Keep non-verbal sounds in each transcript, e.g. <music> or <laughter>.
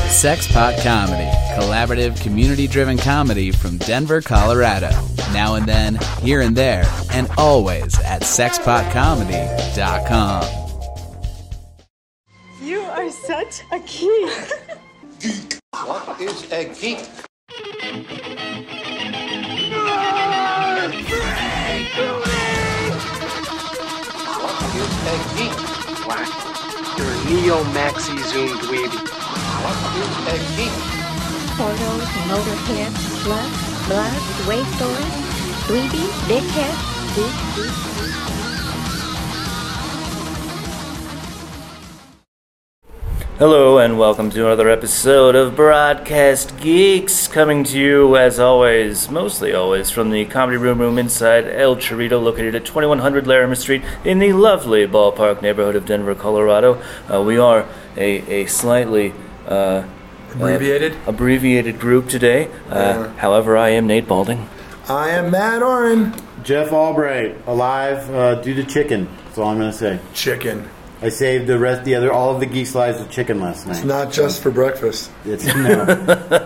Sexpot Comedy, collaborative, community driven comedy from Denver, Colorado. Now and then, here and there, and always at sexpotcomedy.com. You are such a geek. What is a geek? What is a geek? You're a neo maxi zoom dweeby. What is a geek? Portals, motorhead, slut, blood, waste story, dweeby, dickhead, geek, geek, geek. Hello and welcome to another episode of Broadcast Geeks, coming to you as always, mostly always, from the Comedy Room Room inside El Chorito, located at 2100 Larimer Street in the lovely ballpark neighborhood of Denver, Colorado. Uh, we are a, a slightly uh, Abbreviated. abbreviated group today. Uh, however, I am Nate Balding. I am Matt Oren. Jeff Albright, alive uh, due to chicken. That's all I'm gonna say. Chicken. I saved the rest, the other, all of the geeks' lives with chicken last night. It's not just for breakfast. It's, no.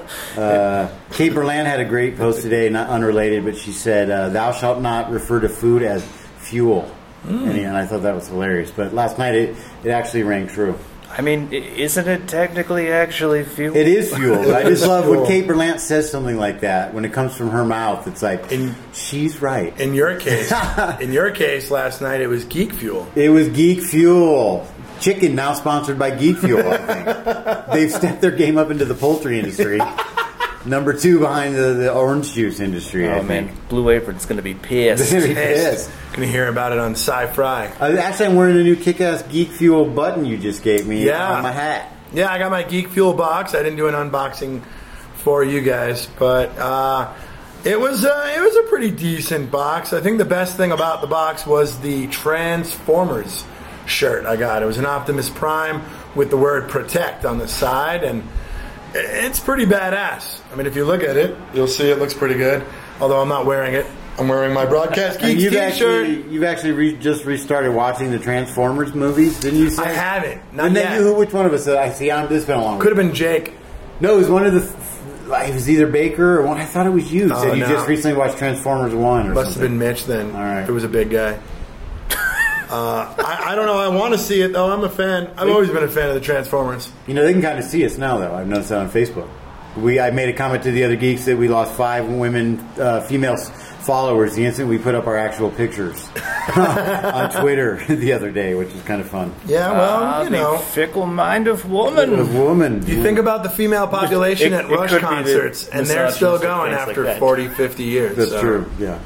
<laughs> <laughs> uh, Kate Berland had a great post today, not unrelated, but she said, uh, "Thou shalt not refer to food as fuel," Mm. and, and I thought that was hilarious. But last night, it, it actually rang true. I mean, i- isn't it technically actually fuel? It is fuel. but I <laughs> It just is love when fuel. Kate Berlant says something like that. When it comes from her mouth, it's like And- she's right. In your case, <laughs> in your case, last night it was geek fuel. It was Geek Fuel. Chicken now sponsored by Geek Fuel, I think. <laughs> They've stepped their game up into the poultry industry. Number two behind the, the orange juice industry, I Oh think. man, Blue Apron's gonna be pissed. There it Yes. is. Gonna hear about it on Sci Fry. Uh, actually, I'm wearing a new kick ass Geek Fuel button you just gave me Yeah. on my hat. Yeah, I got my geek fuel box. I didn't do an unboxing for you guys, but uh, it was uh, it was a pretty decent box. I think the best thing about the box was the Transformers shirt I got. It was an Optimus Prime with the word "Protect" on the side, and i- it's pretty badass. I mean, if you look at it, you'll see it looks pretty good. Although I'm not wearing it, I'm wearing my broadcast And geek you've T-shirt. actually, you've actually re- just restarted watching the Transformers movies, didn't you? Say? I haven't. Not and yet. then you, who, which one of us? Uh, I see. I'm just been a long. Could have been Jake. No, it was one of the. f- like, It was either Baker or one. I thought it was you. Oh, Said you no. just recently watched Transformers One. Or Must have something. been Mitch then. All right. If it was a <laughs> big guy. uh, I, I don't know. I want to see it though. I'm a fan. I've always been a fan of the Transformers. You know, they can kind of see us now, though. I've noticed that on Facebook. We, I made a comment to the other geeks that we lost five women, uh, female s- followers the instant we put up our actual pictures <laughs> on Twitter <laughs> the other day, which is kind of fun. Yeah, well, Ah, you the know. fickle mind of A woman. woman. You think about the female population It- it at Rush could be the concerts, and they're still misogynistic going things like after that. forty, fifty 40, 50 years. That's so. true. Yeah,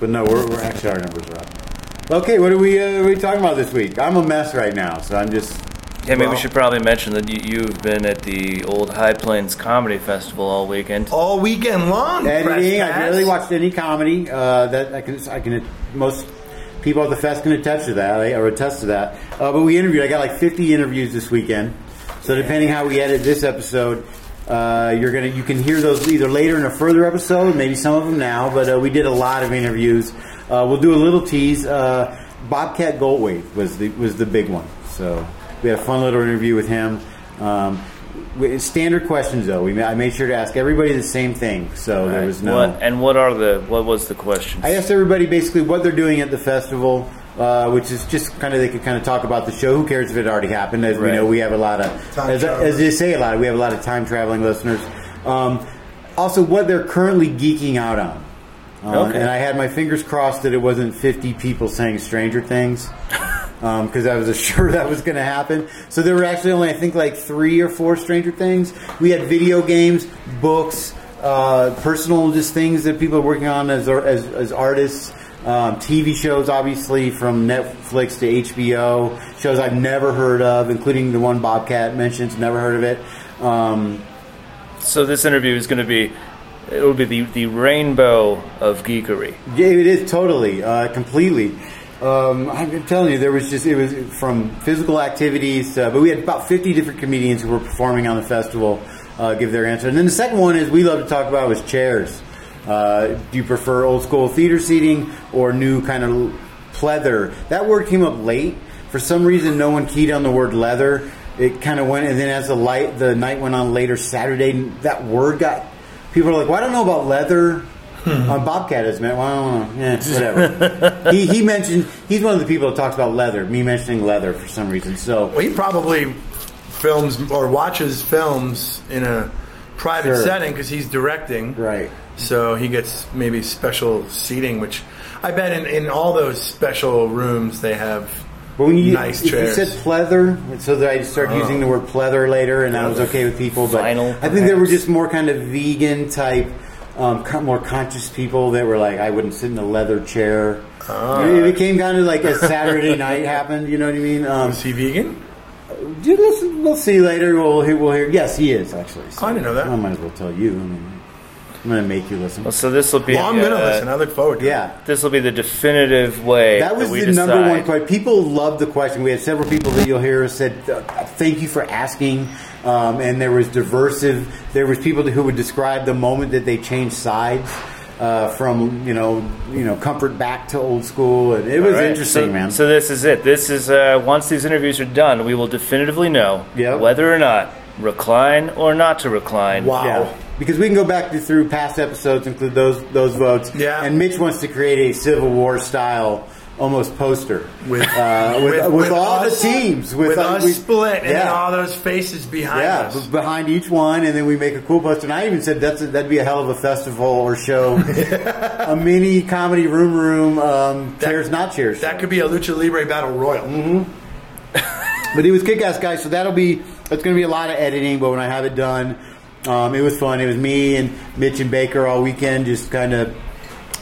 but no, we're, we're actually our numbers are up. Okay, what are we? Uh, what are we talking about this week? I'm a mess right now, so I'm just. Yeah, maybe we Well- should probably mention that you, you've been at the Old High Plains Comedy Festival all weekend. All weekend long. editing. press I pass. barely watched any comedy. Uh, that I can, I can. Most people at the fest can attest to that I- or attest to that. Uh, but we interviewed. I got like 50 interviews this weekend. So depending how we edit this episode, uh, you're gonna you can hear those either later in a further episode, maybe some of them now. But uh, we did a lot of interviews. Uh, we'll do a little tease. Uh, Bobcat Goldthwait was the was the big one. So we had a fun little interview with him. Um, we- standard questions though. We ma- I made sure to ask everybody the same thing, so there was no. What, and what are the what was the question? I asked everybody basically what they're doing at the festival, uh, which is just kind of they could kind of talk about the show. Who cares if it already happened? As we Right. know, we have a lot of Time as, travelers. as they say a lot. We have a lot of time traveling listeners. Um, also, what they're currently geeking out on. Um, Okay. And I had my fingers crossed that it wasn't 50 people saying Stranger Things because I was <laughs> sure that was going to happen. So there were actually only, I think, like three or four Stranger Things. We had video games, books, uh, personal just things that people are working on as, ar- as, as artists. Um, TV shows, obviously, from Netflix to HBO, shows I've never heard of, including the one Bobcat mentions, never heard of it. Um, so this interview is going to be it'll be the, the rainbow of geekery. Yeah, it is totally, uh, completely. Um, I'm telling you, there was just it was from physical activities, uh, but we had about 50 different comedians who were performing on the festival uh, give their answer. And then the second one is we love to talk about was chairs. Uh, do you prefer old school theater seating or new kind of pleather? That word came up late. For some reason, no one keyed on the word leather. it kind of went, and then as the light, the night went on later Saturday, that word got people are like, "Well, I don't know about leather." Hmm. Uh, Bobcat is man. Well, I don't know. <laughs> Yeah, whatever. he, he mentioned he's one of the people that talks about leather. Me mentioning leather for some reason. So Well, he probably films or watches films in a private Sure. setting because he's directing. Right. So he gets maybe special seating, which I bet in, in all those special rooms they have But when you nice if chairs. Oh. you said pleather, so that I started using the word pleather later, and I was okay with people. But Vinyl, I think they were perhaps. just more kind of vegan type, um, co- more conscious people that were like, I wouldn't sit in a leather chair. Ah. It became kind of like a <laughs> Saturday night happened. You know what I mean? Um, uh, is he vegan? dude, let's, we'll see later. We'll hear, we'll hear. Yes, he is actually. So I didn't know that. I might as well tell you. I mean, I'm going to make you listen. Well, so this will be Well, I'm gonna uh, listen. I look forward to it. Yeah. This will be the definitive way That was we the number one decide. question. People loved the question. We had several people that you'll hear said, uh, "Thank you for asking." Um, and there was diversive. There was people who would describe the moment that they changed sides uh, from you know you know comfort back to old school, and it was All right, interesting, so, man. So this is it. This is uh, once these interviews are done, we will definitively know Yep. whether or not recline or not to recline. Wow. Yeah. Because we can go back to, through past episodes, include those those votes. Yeah. And Mitch wants to create a Civil War style almost poster With, uh, with, with, all us- the teams with, uh, us we- split and then yeah. all those faces behind Yeah, us. b- behind each one, and then we make a cool poster. And I even said that's a, that'd be a hell of a festival or <laughs> show, a mini comedy room room um, chairs not chairs. Mm-hmm. That could be a lucha libre battle royal. <laughs> but he was kick ass guy, so that'll be it's going to be a lot of editing. But when I have it done, um, it was fun. It was me and Mitch and Baker all weekend, just kind of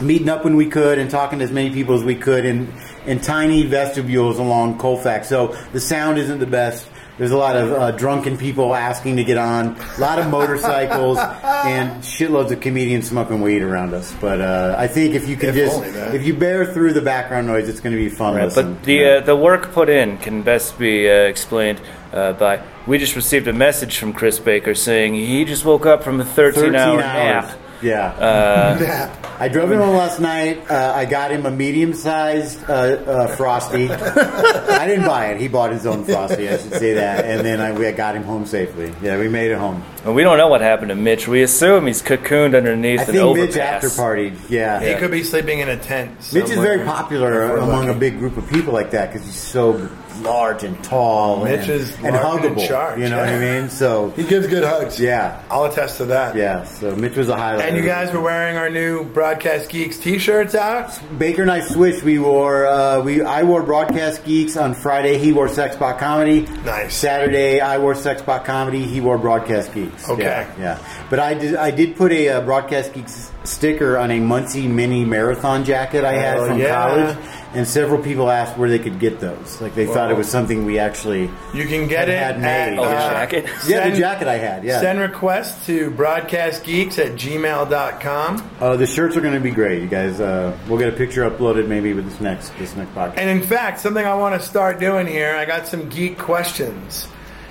meeting up when we could and talking to as many people as we could in in tiny vestibules along Colfax. So the sound isn't the best. There's a lot of uh, drunken people asking to get on, a lot of <laughs> motorcycles, and shitloads of comedians smoking weed around us. But uh, I think if you can If just only that. if you bear through the background noise, it's going to be fun. Right, listen. but the Yeah. uh, the work put in can best be uh, explained uh, by we just received a message from Chris Baker saying he just woke up from a 13, hour nap. Uh, <laughs> Yeah. Nap. I drove him home last night. Uh, I got him a medium sized uh, uh, Frosty. I didn't buy it. He bought his own Frosty, I should say that. And then I, we got him home safely. Yeah, we made it home. And we don't know what happened to Mitch. We assume he's cocooned underneath I an think overpass. Mitch after partied. Yeah. He could be sleeping in a tent. Mitch is somewhere. very popular If we're among a lucky. big group of people like that because he's so large and tall Mitch and, is and large and in huggable. charge, you know what yeah. I mean? So, He gives good hugs. yeah. I'll attest to that. Yeah. So Mitch was a highlight. And you guys were wearing our new Broadcast Geeks t-shirts out. Baker and I switched. We wore uh, we I wore Broadcast Geeks on Friday. He wore Sexbot Comedy. Nice. Saturday I wore Sexbot Comedy. He wore Broadcast Geeks. Okay. Yeah. yeah. But I did I did put a uh, Broadcast Geeks sticker on a Muncie Mini Marathon jacket I had Oh, from yeah. college, and several people asked where they could get those. Like they thought it was something we actually. You can get Had it had at made. Oh, the uh, jacket. Yeah, send- the jacket I had. Yeah. Send requests to broadcastgeeks at gmail.com. uh, the shirts are going to be great, you guys. Uh, we'll get a picture uploaded maybe with this next this next podcast. And in fact, something I want to start doing here, I got some geek questions.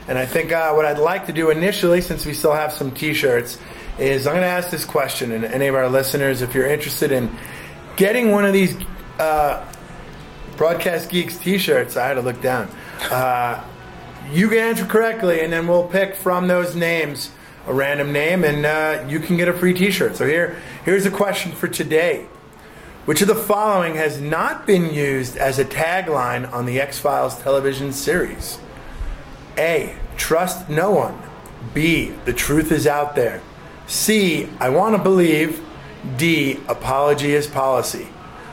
And I think uh, what I'd like to do initially, since we still have some t shirts, is I'm going to ask this question. And any of our listeners, if you're interested in getting one of these uh, Broadcast Geeks t shirts, I had to look down. Uh, you can answer correctly, and then we'll pick from those names a random name, and uh, you can get a free t shirt. So here, here's a question for today. Which of the following has not been used as a tagline on the X Files television series? A. Trust no one. B. The truth is out there. C. I want to believe. D. Apology is policy.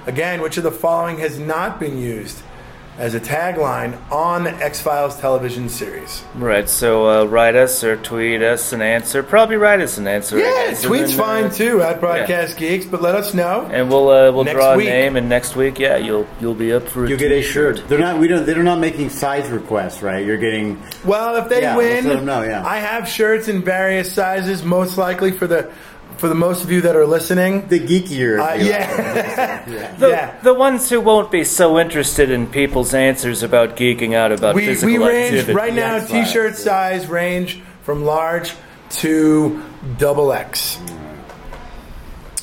Again, which of the following has not been used as a tagline on the X Files television series? Right, so uh, write us or tweet us an answer. Probably write us an answer. I Yeah, guess, and tweet's then, uh, fine too at Broadcast Geeks, but let us know. And we'll uh, we'll Next draw a week. name, and next week, yeah, you'll you'll be up for a You get a t-shirt. shirt. They're not. We don't. They're not making size requests, right? You're getting. Well, if they Yeah, win, let them know, yeah. I have shirts in various sizes, most likely for the for the most of you that are listening. The geekier. Uh, if you yeah, The, yeah. the ones who won't be so interested in people's answers about geeking out about We physical we range activity. right now. Yes, right. T-shirt size range from large to double X. like.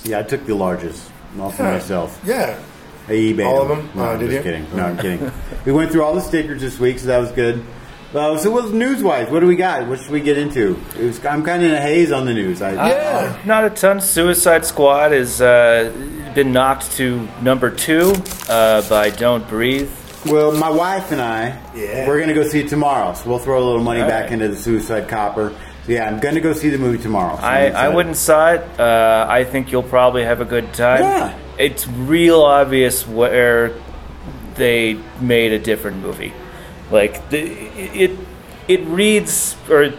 Yeah, I took the largest. All for myself. Yeah. I eBayed All of them? No, Oh, I'm did just you? kidding. No, I'm kidding. we went through all the stickers this week, so that was good. Uh, so, what's news wise? What do we got? What should we get into? It was, I'm kind of in a haze on the news. I, Yeah. Not a ton. Suicide Squad has uh, been knocked to number two uh, by Don't Breathe. Well, my wife and I, Yeah. we're going to go see it tomorrow. So, we'll throw a little money All back right. into the Suicide Copper. So, yeah, I'm going to go see the movie tomorrow. So I, I'm I excited. wouldn't saw it. Uh, I think you'll probably have a good time. Yeah. It's real obvious where they made a different movie. Like the, it, it reads or it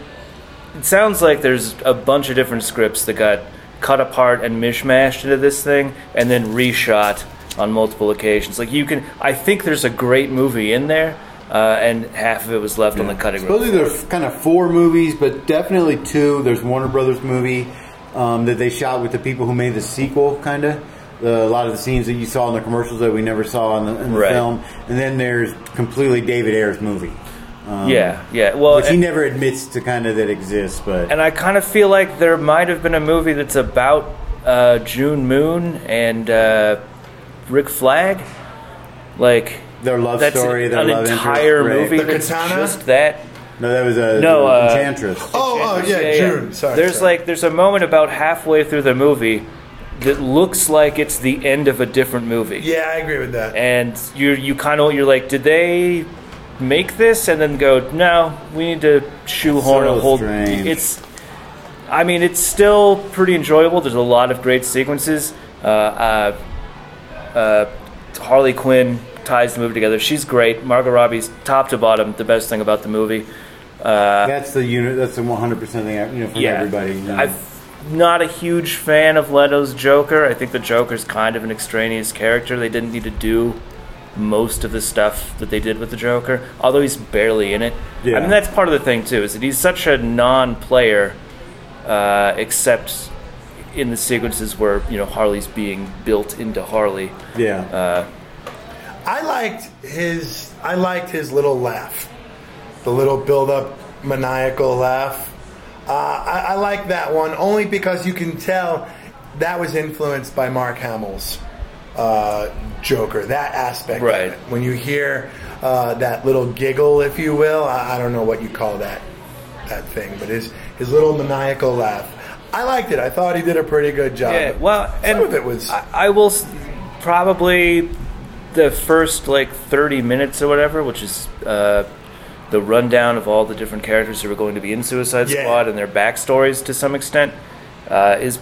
sounds like there's a bunch of different scripts that got cut apart and mishmashed into this thing and then reshot on multiple occasions. Like you can, I think there's a great movie in there, uh, and half of it was left on the cutting room. Supposedly there's kind of four movies, but definitely two. There's Warner Brothers movie um, that they shot with the people who made the sequel, kind of. a lot of the scenes that you saw in the commercials that we never saw in the, in the Right. film. And then there's completely David Ayer's movie. Um, Yeah, yeah. Well, Which he and- never admits to kind of that exists, but And I kind of feel like there might have been a movie that's about uh, June Moon and uh, Rick Flag, like their love that's story, their an love interest, entire right. movie The that's Katana? just that. No, that was a No, uh, Enchantress. Oh, oh yeah, June. Sorry. There's sorry. like there's a moment about halfway through the movie that looks like it's the end of a different movie, Yeah, I agree with that. and you you kind of you're like, did they? Make this and then go. No, we need to shoehorn So a whole. strange. It's I mean, it's still pretty enjoyable. There's a lot of great sequences. Uh, uh, uh, Harley Quinn ties the movie together. She's great. Margot Robbie's top to bottom the best thing about the movie. Uh, That's the unit. That's the 100 percent thing. You know, for everybody. you know. I'm not a huge fan of Leto's Joker. I think the Joker's kind of an extraneous character. They didn't need to do most of the stuff that they did with the Joker, although he's barely in it. Yeah. I mean, that's part of the thing too, is that he's such a non-player, uh, except in the sequences where you know Harley's being built into Harley. Uh, yeah. I liked his. I liked his little laugh, the little build-up maniacal laugh. Uh, I, I like that one only because you can tell that was influenced by Mark Hamill's uh, Joker. That aspect, of Right. it. When you hear uh, that little giggle, if you will, I, I don't know what you call that that thing, but his his little maniacal laugh. I liked it. I thought he did a pretty good job. Yeah, But well, and some of it was. I, I will s- probably the first like thirty minutes or whatever, which is uh, the rundown of all the different characters who are going to be in Suicide Yeah. Squad and their backstories to some extent, uh, is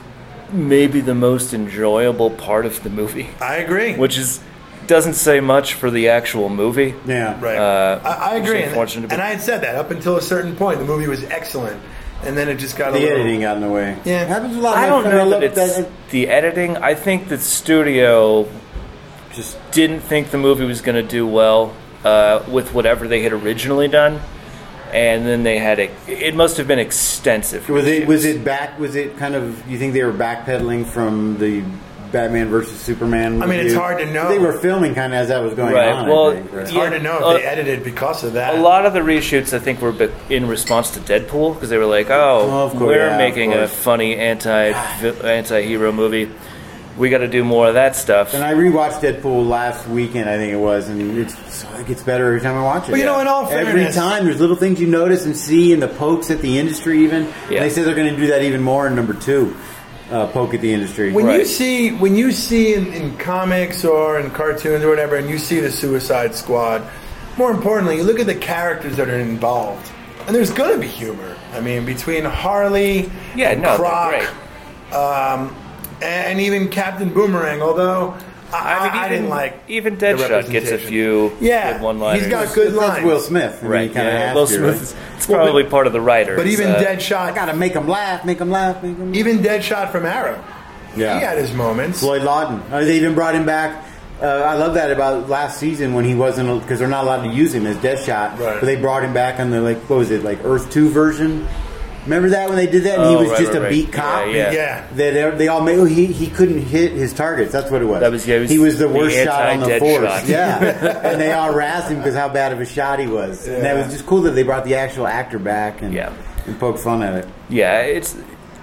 maybe the most enjoyable part of the movie, I agree. which is doesn't say much for the actual movie. yeah. Right. Uh, I, I it's agree. And, unfortunate, but- and I had said that up until a certain point. The movie was excellent. And then it just got a The little. editing got in the way. Yeah. happens a lot. I My don't friend, know that looked it's at- the editing. I think the studio just didn't think the movie was going to do well uh, with whatever they had originally done, and then they had a, it must have been extensive. Was it reshoots. was it back? Was it kind of? You think they were backpedaling from the Batman versus Superman? I mean, it's review? hard to know. They were filming kind of as that was going Right, on. well, I think, right? It's hard Yeah, to know if uh, they edited because of that. A lot of the reshoots, I think, were be- in response to Deadpool because they were like, "Oh, Oh, of course, we're yeah, of making a course. funny anti anti hero movie. We got to do more of that stuff." And I rewatched Deadpool last weekend, I think it was, and it's, so it gets better every time I watch it. Well, you know, in all every fairness- time there's little things you notice and see, and the pokes at the industry. Even And Yeah. they say they're going to do that even more in number two, uh, poke at the industry. when you Right. see when you see in, in comics or in cartoons or whatever, and you see the Suicide Squad, more importantly, you look at the characters that are involved, and there's gonna be humor. I mean, between Harley, Yeah, and no, they're Croc, great. um, and even Captain Boomerang. Although I, I, mean, I didn't like even the Deadshot gets a representation. few Yeah, good one-liners. He's got good That's- lines. That's Will Smith, I mean, right? you kinda yeah, have Will to, Smith. right? <laughs> is- It's probably part of the uh, writer. But even I Deadshot, gotta make them laugh, make them laugh, make them. even Deadshot from Arrow, Yeah. he had his moments. Floyd Lawton. Uh, They even brought him back. Uh, I love that about last season when he wasn't because they're not allowed to use him as Deathshot. Right. But they brought him back on the like what was it like Earth Two version? Remember that when they did that and Oh, he was right, just right, a right. beat cop. Yeah, yeah. Yeah. They, they, they all made oh, he he couldn't hit his targets. That's what it was. That was- yeah, he was he was the the worst shot on the anti-Deadshot. force. <laughs> Yeah, and they all razzed him because how bad of a shot he was. And that was just cool that they brought the actual actor back and Yeah. and poked fun at it. Yeah, it's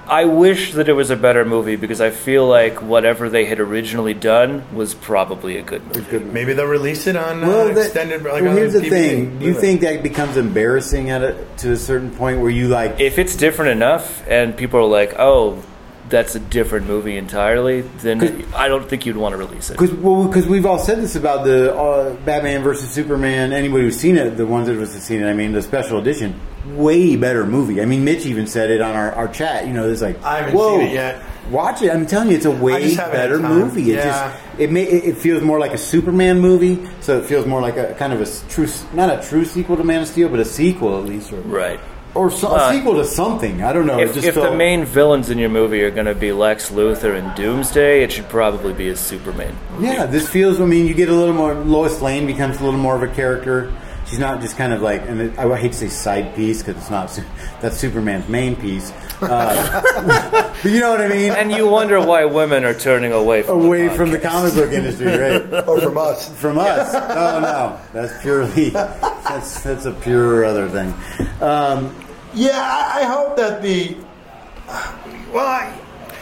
I wish that it was a better movie because I feel like whatever they had originally done was probably a good movie. Maybe they'll release it on uh, Well, that- extended. Like well, on here's the DVD. thing. Do you Really. think that becomes embarrassing at a, to a certain point where you like? If it's different enough and people are like, "Oh, that's a different movie entirely," then I don't think you'd want to release it. Because we've all said this about the uh, Batman versus Superman. Anybody who's seen it, the ones that have seen it, I mean, the special edition, way better movie. I mean, Mitch even said it on our, our chat. You know, it's like, I haven't whoa, seen it yet. watch it. I'm telling you, it's a way just haven't had better time. movie. It Yeah. just it, may, it it feels more like a Superman movie, so it feels more like a kind of a s- true, s- not a true sequel to Man of Steel, but a sequel at least, or Right. or so, Uh, a sequel to something. I don't know. it If, just if the felt- main villains in your movie are going to be Lex Luthor and Doomsday, it should probably be a Superman. Yeah, this feels. I mean, you get a little more. Lois Lane becomes a little more of a character. She's not just kind of like, and it, I hate to say side piece because it's not. su- That's Superman's main piece. Uh, but you know what I mean? And you wonder why women are turning away <laughs> from Away the uh, from the podcast. comic book industry, <laughs> right? Oh, Or from us. From <laughs> us? Oh no, that's purely. That's that's a pure other thing. Um, Yeah, I, I hope that the well, I,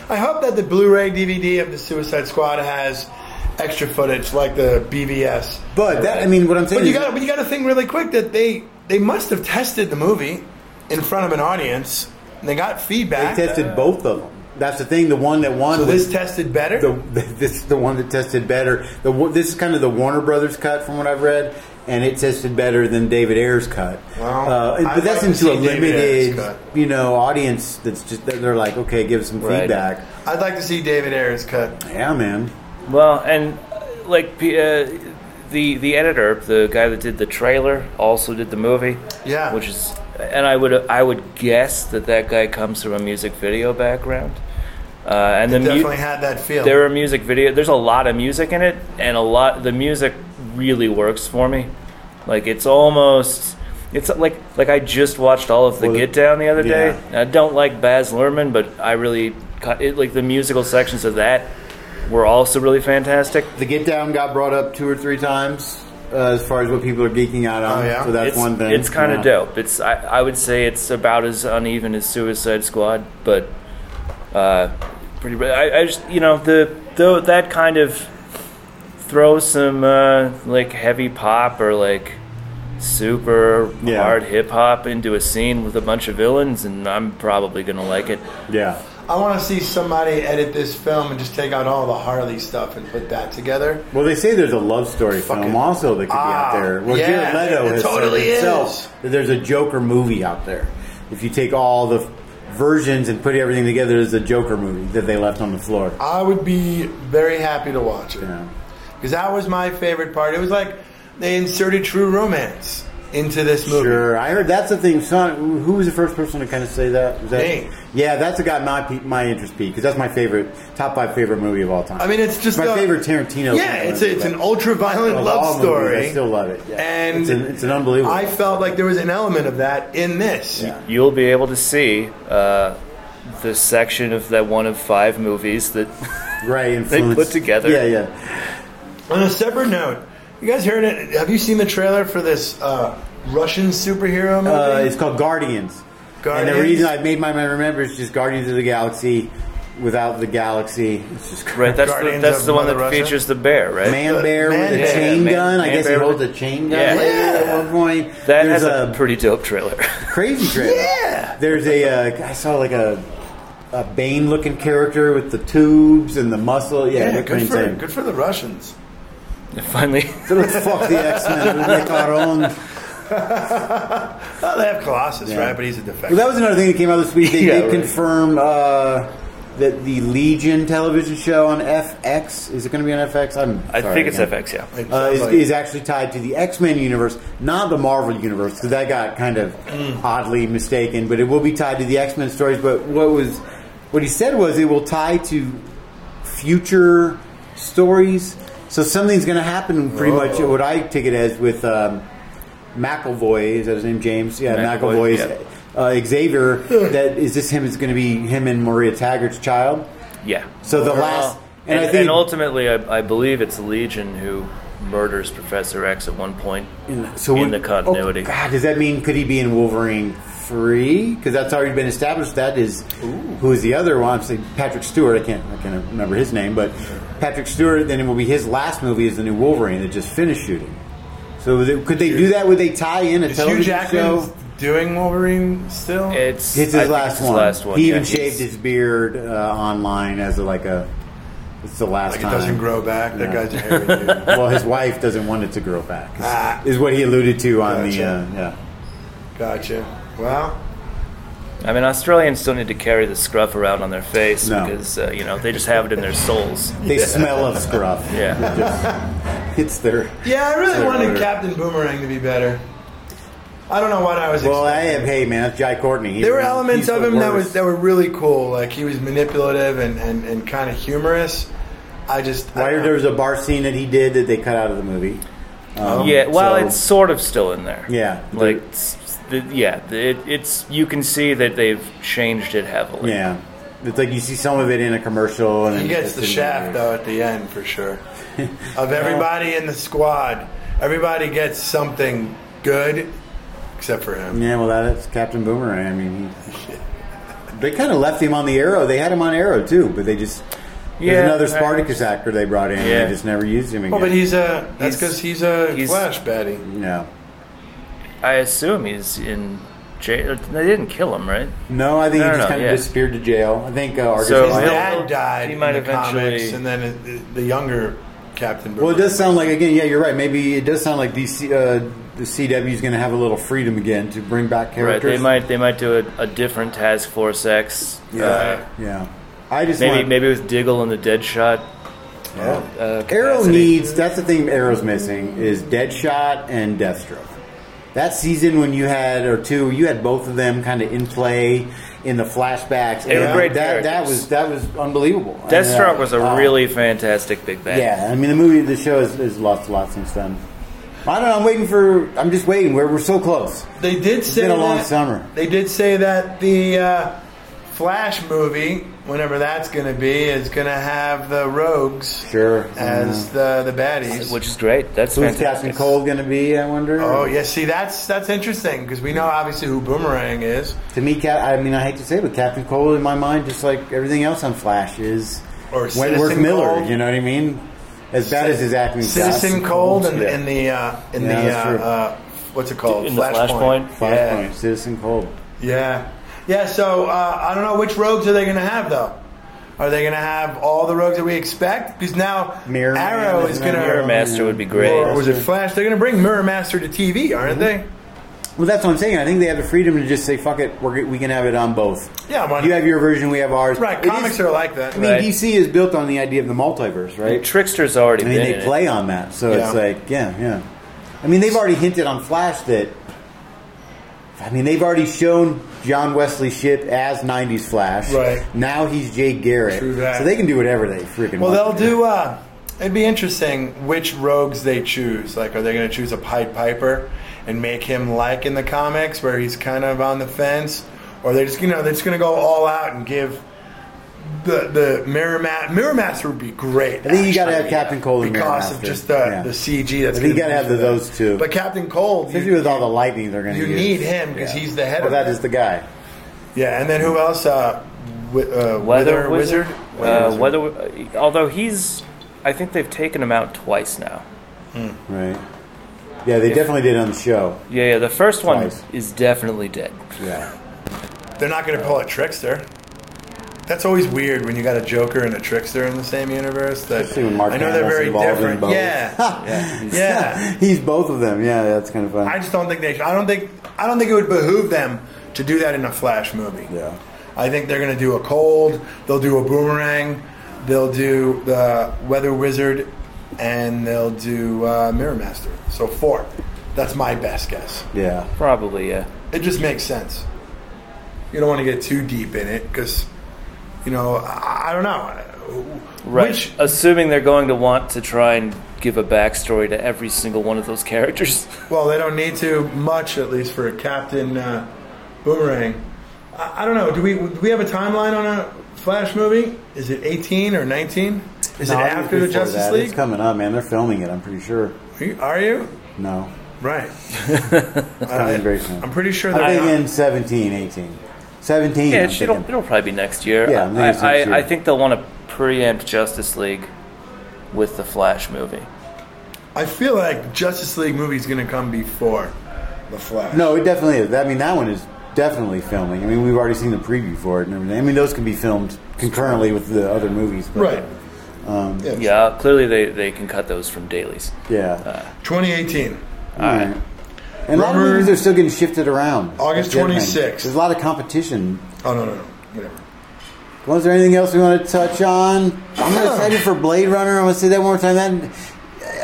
I hope that the Blu-ray DVD of the Suicide Squad has extra footage like the BVS. but that, I mean, what I'm saying. But you is- got but you got to think really quick that they they must have tested the movie in front of an audience. And they got feedback. they tested both of them. That's the thing. The one that won. so was- this tested better. the <laughs> this the one that tested better. The wa- this is kind of the Warner Brothers cut from what I've read, and it tested better than David Ayer's cut. Wow. Uh, and- I'd but that's like to into a see David Ayer's limited, cut. you know, audience. That's just they're- they're like, okay, give us some Right. feedback. I'd like to see David Ayer's cut. Oh, Yeah, man. Well, and uh, like p- uh, the the editor, the guy that did the trailer, also did the movie. Yeah. which is, and I would I would guess that that guy comes from a music video background. Uh, and the mu- Definitely had that feel. there are music video. There's a lot of music in it, and a lot the music really works for me. Like it's almost. It's like like I just watched all of the Well, Get Down the other day. yeah. And I don't like Baz Luhrmann, but I really ca- it, like the musical sections of that were also really fantastic. The Get Down got brought up two or three times uh, as far as what people are geeking out on. Oh, yeah? Um, So that's it's, one thing. It's kind of Yeah. dope. It's I, I would say it's about as uneven as Suicide Squad, but uh, pretty. I, I just you know the though that kind of throw some uh, like heavy pop or like super Yeah. hard hip hop into a scene with a bunch of villains, and I'm probably gonna like it. Yeah. I want to see somebody edit this film and just take out all the Harley stuff and put that together. Well, they say there's a love story Fucking- film also that could Ah, be out there. Well, yeah, Jared Leto it has totally said himself is. that there's a Joker movie out there. If you take all the f- versions and put everything together, there's a Joker movie that they left on the floor. I would be very happy to watch it. Yeah. Because that was my favorite part. It was like they inserted true romance into this movie. Sure, I heard that's the thing. Son, who was the first person to kind of say that? Was that Me. Yeah, that's what got my pe- my interest peaked because that's my favorite, top five favorite movie of all time. I mean, it's just my a- favorite Tarantino. Yeah, kind of it's a, movie, it's but an ultra violent of all love movies, story. I still love it. Yeah. And it's an, it's an unbelievable. I felt like there was an element of that in this. Yeah. You'll be able to see. Uh, the section of that one of five movies <laughs> that right <laughs> influence put together. Yeah, yeah. On a separate note, you guys heard it? Have you seen the trailer for this uh, Russian superhero movie? Uh, it's called Guardians. And Guardians. the reason I made my mind remember is just Guardians of the Galaxy without the galaxy. It's just right that's the, Guardians that's of the one Mother that Russia? features the bear right Man Bear with Man a Bear. chain Man- gun. I Man guess Bear he holds with- a chain gun Yeah. later at one point. That There's has a, pretty dope trailer. <laughs> crazy trip. Yeah. There's a uh, I saw like a a Bane looking character with the tubes and the muscle. Yeah, yeah, they're pretty good for, insane. good for the Russians. Finally, So let's fuck the X Men. We'll make <laughs> our own. Well, Oh, they have Colossus, Yeah. right? But he's a defector. that was another thing that came out this week. They, <laughs> Yeah, they right. confirm uh, that the Legion television show on FX is it going to be on FX? I'm. I sorry think it's again. FX. Yeah, It uh, sounds is, like- is actually tied to the X Men universe, not the Marvel universe, because that got kind of Mm. oddly mistaken. But it will be tied to the X Men stories. But what was what he said was it will tie to future stories. So something's going to happen. Pretty much Oh. what I take it as with um, McAvoy is that his name, James? Yeah, McAvoy, McAvoy's uh, Xavier. that is this him is going to be him and Maria Taggart's child. yeah. So the last. and, And, I and, think ultimately, I, I believe it's Legion who murders Professor X at one point. So in we- the continuity. oh, God, does that mean could he be in Wolverine free because that's already been established. That is who is the other one? Obviously, Patrick Stewart. I can't I can't remember his name, but Patrick Stewart. Then it will be his last movie is the new Wolverine that just finished shooting. So they- could they do that? Would they tie in a Is Hugh television Jackman show? doing Wolverine still? It's It's I his think last, it's one. last one. He yeah. even shaved his beard uh, online as a, like a. It's the last like it time. doesn't grow back. Yeah. <laughs> That guy's a hairy dude. well, his wife doesn't want it to grow back. Is, Ah. is what he alluded to on the Gotcha. uh, yeah. Gotcha. Well, I mean, Australians don't need to carry the scruff around on their face No. because uh, you know they just have it in their souls. <laughs> They smell of scruff. Yeah. It just- it's their. <laughs> yeah, I really Sorry, wanted Robert. Captain Boomerang to be better. I don't know what I was. Well, I expecting. am. Hey, man, that's Jai Courtney. He- There were he's elements the of him that was worst. that were really cool. Like he was manipulative and, and, and kind of humorous. I just I I heard don't there know. was a bar scene that he did that they cut out of the movie. Um, Oh. Yeah, well, so- it's sort of still in there. Yeah. like it's- the, yeah, the- it, it's you can see that they've changed it heavily. yeah. It's like you see some of it in a commercial, and he it gets just the didn't- shaft though at the end <laughs> for sure. of everybody in the squad, everybody gets something good except for him. Yeah, well, that's Captain Boomerang. I mean, he- they kind of left him on the arrow. They had him on arrow too, but they just Yeah, there's another I- Spartacus actor they brought in. and Yeah. Oh, They just never used him again. Well, Oh, but he's a that's He's- because he's a he's- Flash baddie. yeah. I assume he's in jail. They didn't kill him, right? No, I think No, he no, just no, kind of yeah. disappeared to jail. I think uh, Argus So His Lyon- he'll- dad died he might in the comics, eventually- and then it- it- the younger Captain. Well, it does sound like again. Yeah, you're right. Maybe it does sound like DC, uh, the CW is going to have a little freedom again to bring back Right. characters. They might they might do a, a different Task Force X. Yeah, uh, yeah. I just maybe want, maybe with Diggle and the Deadshot. Uh, Oh, Arrow capacity. needs. That's the thing. Arrow's missing is Deadshot and Deathstroke. That season when you had or two, you had both of them kind of in play in the flashbacks. They were and great That, that characters. was that was unbelievable. Deathstroke And, uh, was a wow. really fantastic big bad. Yeah, I mean the movie, the show has, has lost a lot since then. I don't know. I'm waiting for. I'm just waiting. We're we're so close. They did say been a long that- summer. They did say that the uh, Flash movie, whenever that's going to be, is going to have the Rogues Sure. Mm-hmm. as the the baddies. which is great. That's Who's fantastic. Captain Cold going to be? I wonder. oh yeah, see that's that's interesting because we know obviously who Boomerang is, To me, Cap- I mean, I hate to say, it, but Captain Cold in my mind, just like everything else on Flash, is Or Wentworth Citizen Miller. Cold. You know what I mean? As bad as his acting, Citizen sucks. Cold, and Yeah. in the uh, in Yeah, the that's uh, true. uh, what's it called? In the Flashpoint? Flashpoint, Yeah. Citizen Cold. Yeah, yeah. So uh, I don't know which rogues are they going to have though. Are they going to have all the rogues that we expect? Because now Mirror Arrow Man is and going Mirror Mirror to Master would be great. Or was it Flash? They're going to bring Mirror Master to TV, aren't Mm-hmm. Well, that's what I'm saying. I think they have the freedom to just say, "Fuck it, we're, g- we can have it on both." Yeah, why not? you have your version, we have ours. they? Right. It Comics is- are like that. I mean, Right. DC is built on the idea of the multiverse, right? Trickster's already I mean, been they in it. play on that, so Yeah. it's like, yeah, yeah. I mean, they've already hinted on Flash that. I mean, they've already shown John Wesley Ship as '90s Flash. Right. now he's Jay Garrett, True that. so they can do whatever they freaking. Well, want they'll to do. Uh, it'd be interesting which rogues they choose. Like, are they going to choose a Pied Piper and make him like in the comics, where he's kind of on the fence, or they're just you know they're just going to go all out and give the the Mirror Ma- Mirror Master would be great. I think you gotta have Captain Cold and Mirror because of Master. just the, Yeah. the CG. That's I think you gonna gotta have be the- for that. those two. But Captain Cold, Especially with all the lightning they're going to you use. need him 'cause he's the head Well, of that it. is the guy. yeah, and then who else? Uh, wi- uh, Weather Wither Wizard. Weather Uh, Weather, uh, although he's, I think they've taken him out twice now. Hmm. Right. Yeah, they definitely did on the show. Yeah, yeah. The first one Twice. is definitely dead. Yeah. They're not going to pull a trickster. That's always weird when you got a Joker and a trickster in the same universe. That Especially when Mark I know they're Hamill's very involved in different. both. <laughs> Yeah, yeah. He's both of them. Yeah, that's kind of fun. I just don't think they. I don't think. I don't think it would behoove them to do that in a Flash movie. yeah. I think they're going to do a cold. They'll do a boomerang. They'll do the weather wizard, and they'll do uh, Mirror Master. So four. That's my best guess. Yeah. Probably, yeah. It just makes sense. You don't want to get too deep in it because, you know, I, I don't know. Right. Which Assuming they're going to want to try and give a backstory to every single one of <laughs> those characters. well, they don't need to much at least for Captain uh, Boomerang. I, I don't know. Do we do we have a timeline on a Flash movie? Is it 18 or 19? Is No, it I think after the before Justice that, It's League? coming up, man. They're filming it. I'm pretty sure. Are you- Are you? No. <laughs> Right. Coming very soon. Uh, I'm pretty sure I'm that. thinking 17, 18. 17. Yeah, I'm it should- it'll, thinking. it'll probably be next year. Yeah, I think it's I, next I, I year. think they'll want to preempt Justice League with the Flash movie. I feel like Justice League movie's going to come before The Flash. No, it definitely is. I mean, that one is definitely filming. I mean, we've already seen the preview for it and everything. I mean, those can be filmed concurrently with the other movies. But, um, Right. Yeah, clearly they, they can cut those from dailies. Uh, Yeah. 2018. All right. And a lot of Rubber- movies are still getting shifted around. August That's the other thing. 26th. There's a lot of competition. Oh, no, no, no. Whatever. Was there anything else we want to touch on? I'm excited for Blade Runner. I'm going to say that one more time. That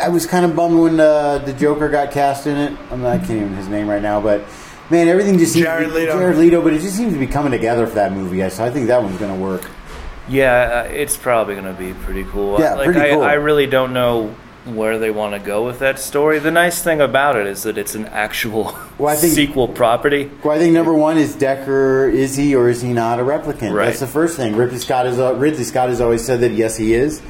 I was kind of bummed when uh, the Joker got cast in it. I'm not I can't even his name right now, but man, everything just seems Jared to be, Leto. Jared Leto, but it just seems to be coming together for that movie. So I think that one's going to work. Yeah, uh, it's probably going to be pretty cool. Yeah, like, pretty I, cool. I really don't know where they want to go with that story. The nice thing about it is that it's an actual Well, I think- <laughs> sequel property. Well, I think number one is Decker. Is he or is he not a replicant? Right. That's the first thing. Ridley Scott is uh, Ridley Scott has always said that yes, he is.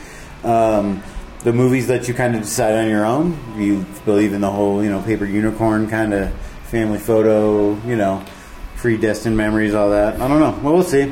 Um, the movies let you kind of decide on your own. You believe in the whole, you know, paper unicorn kind of family photo, you know, predestined memories, all that. I don't know. Well, we'll see.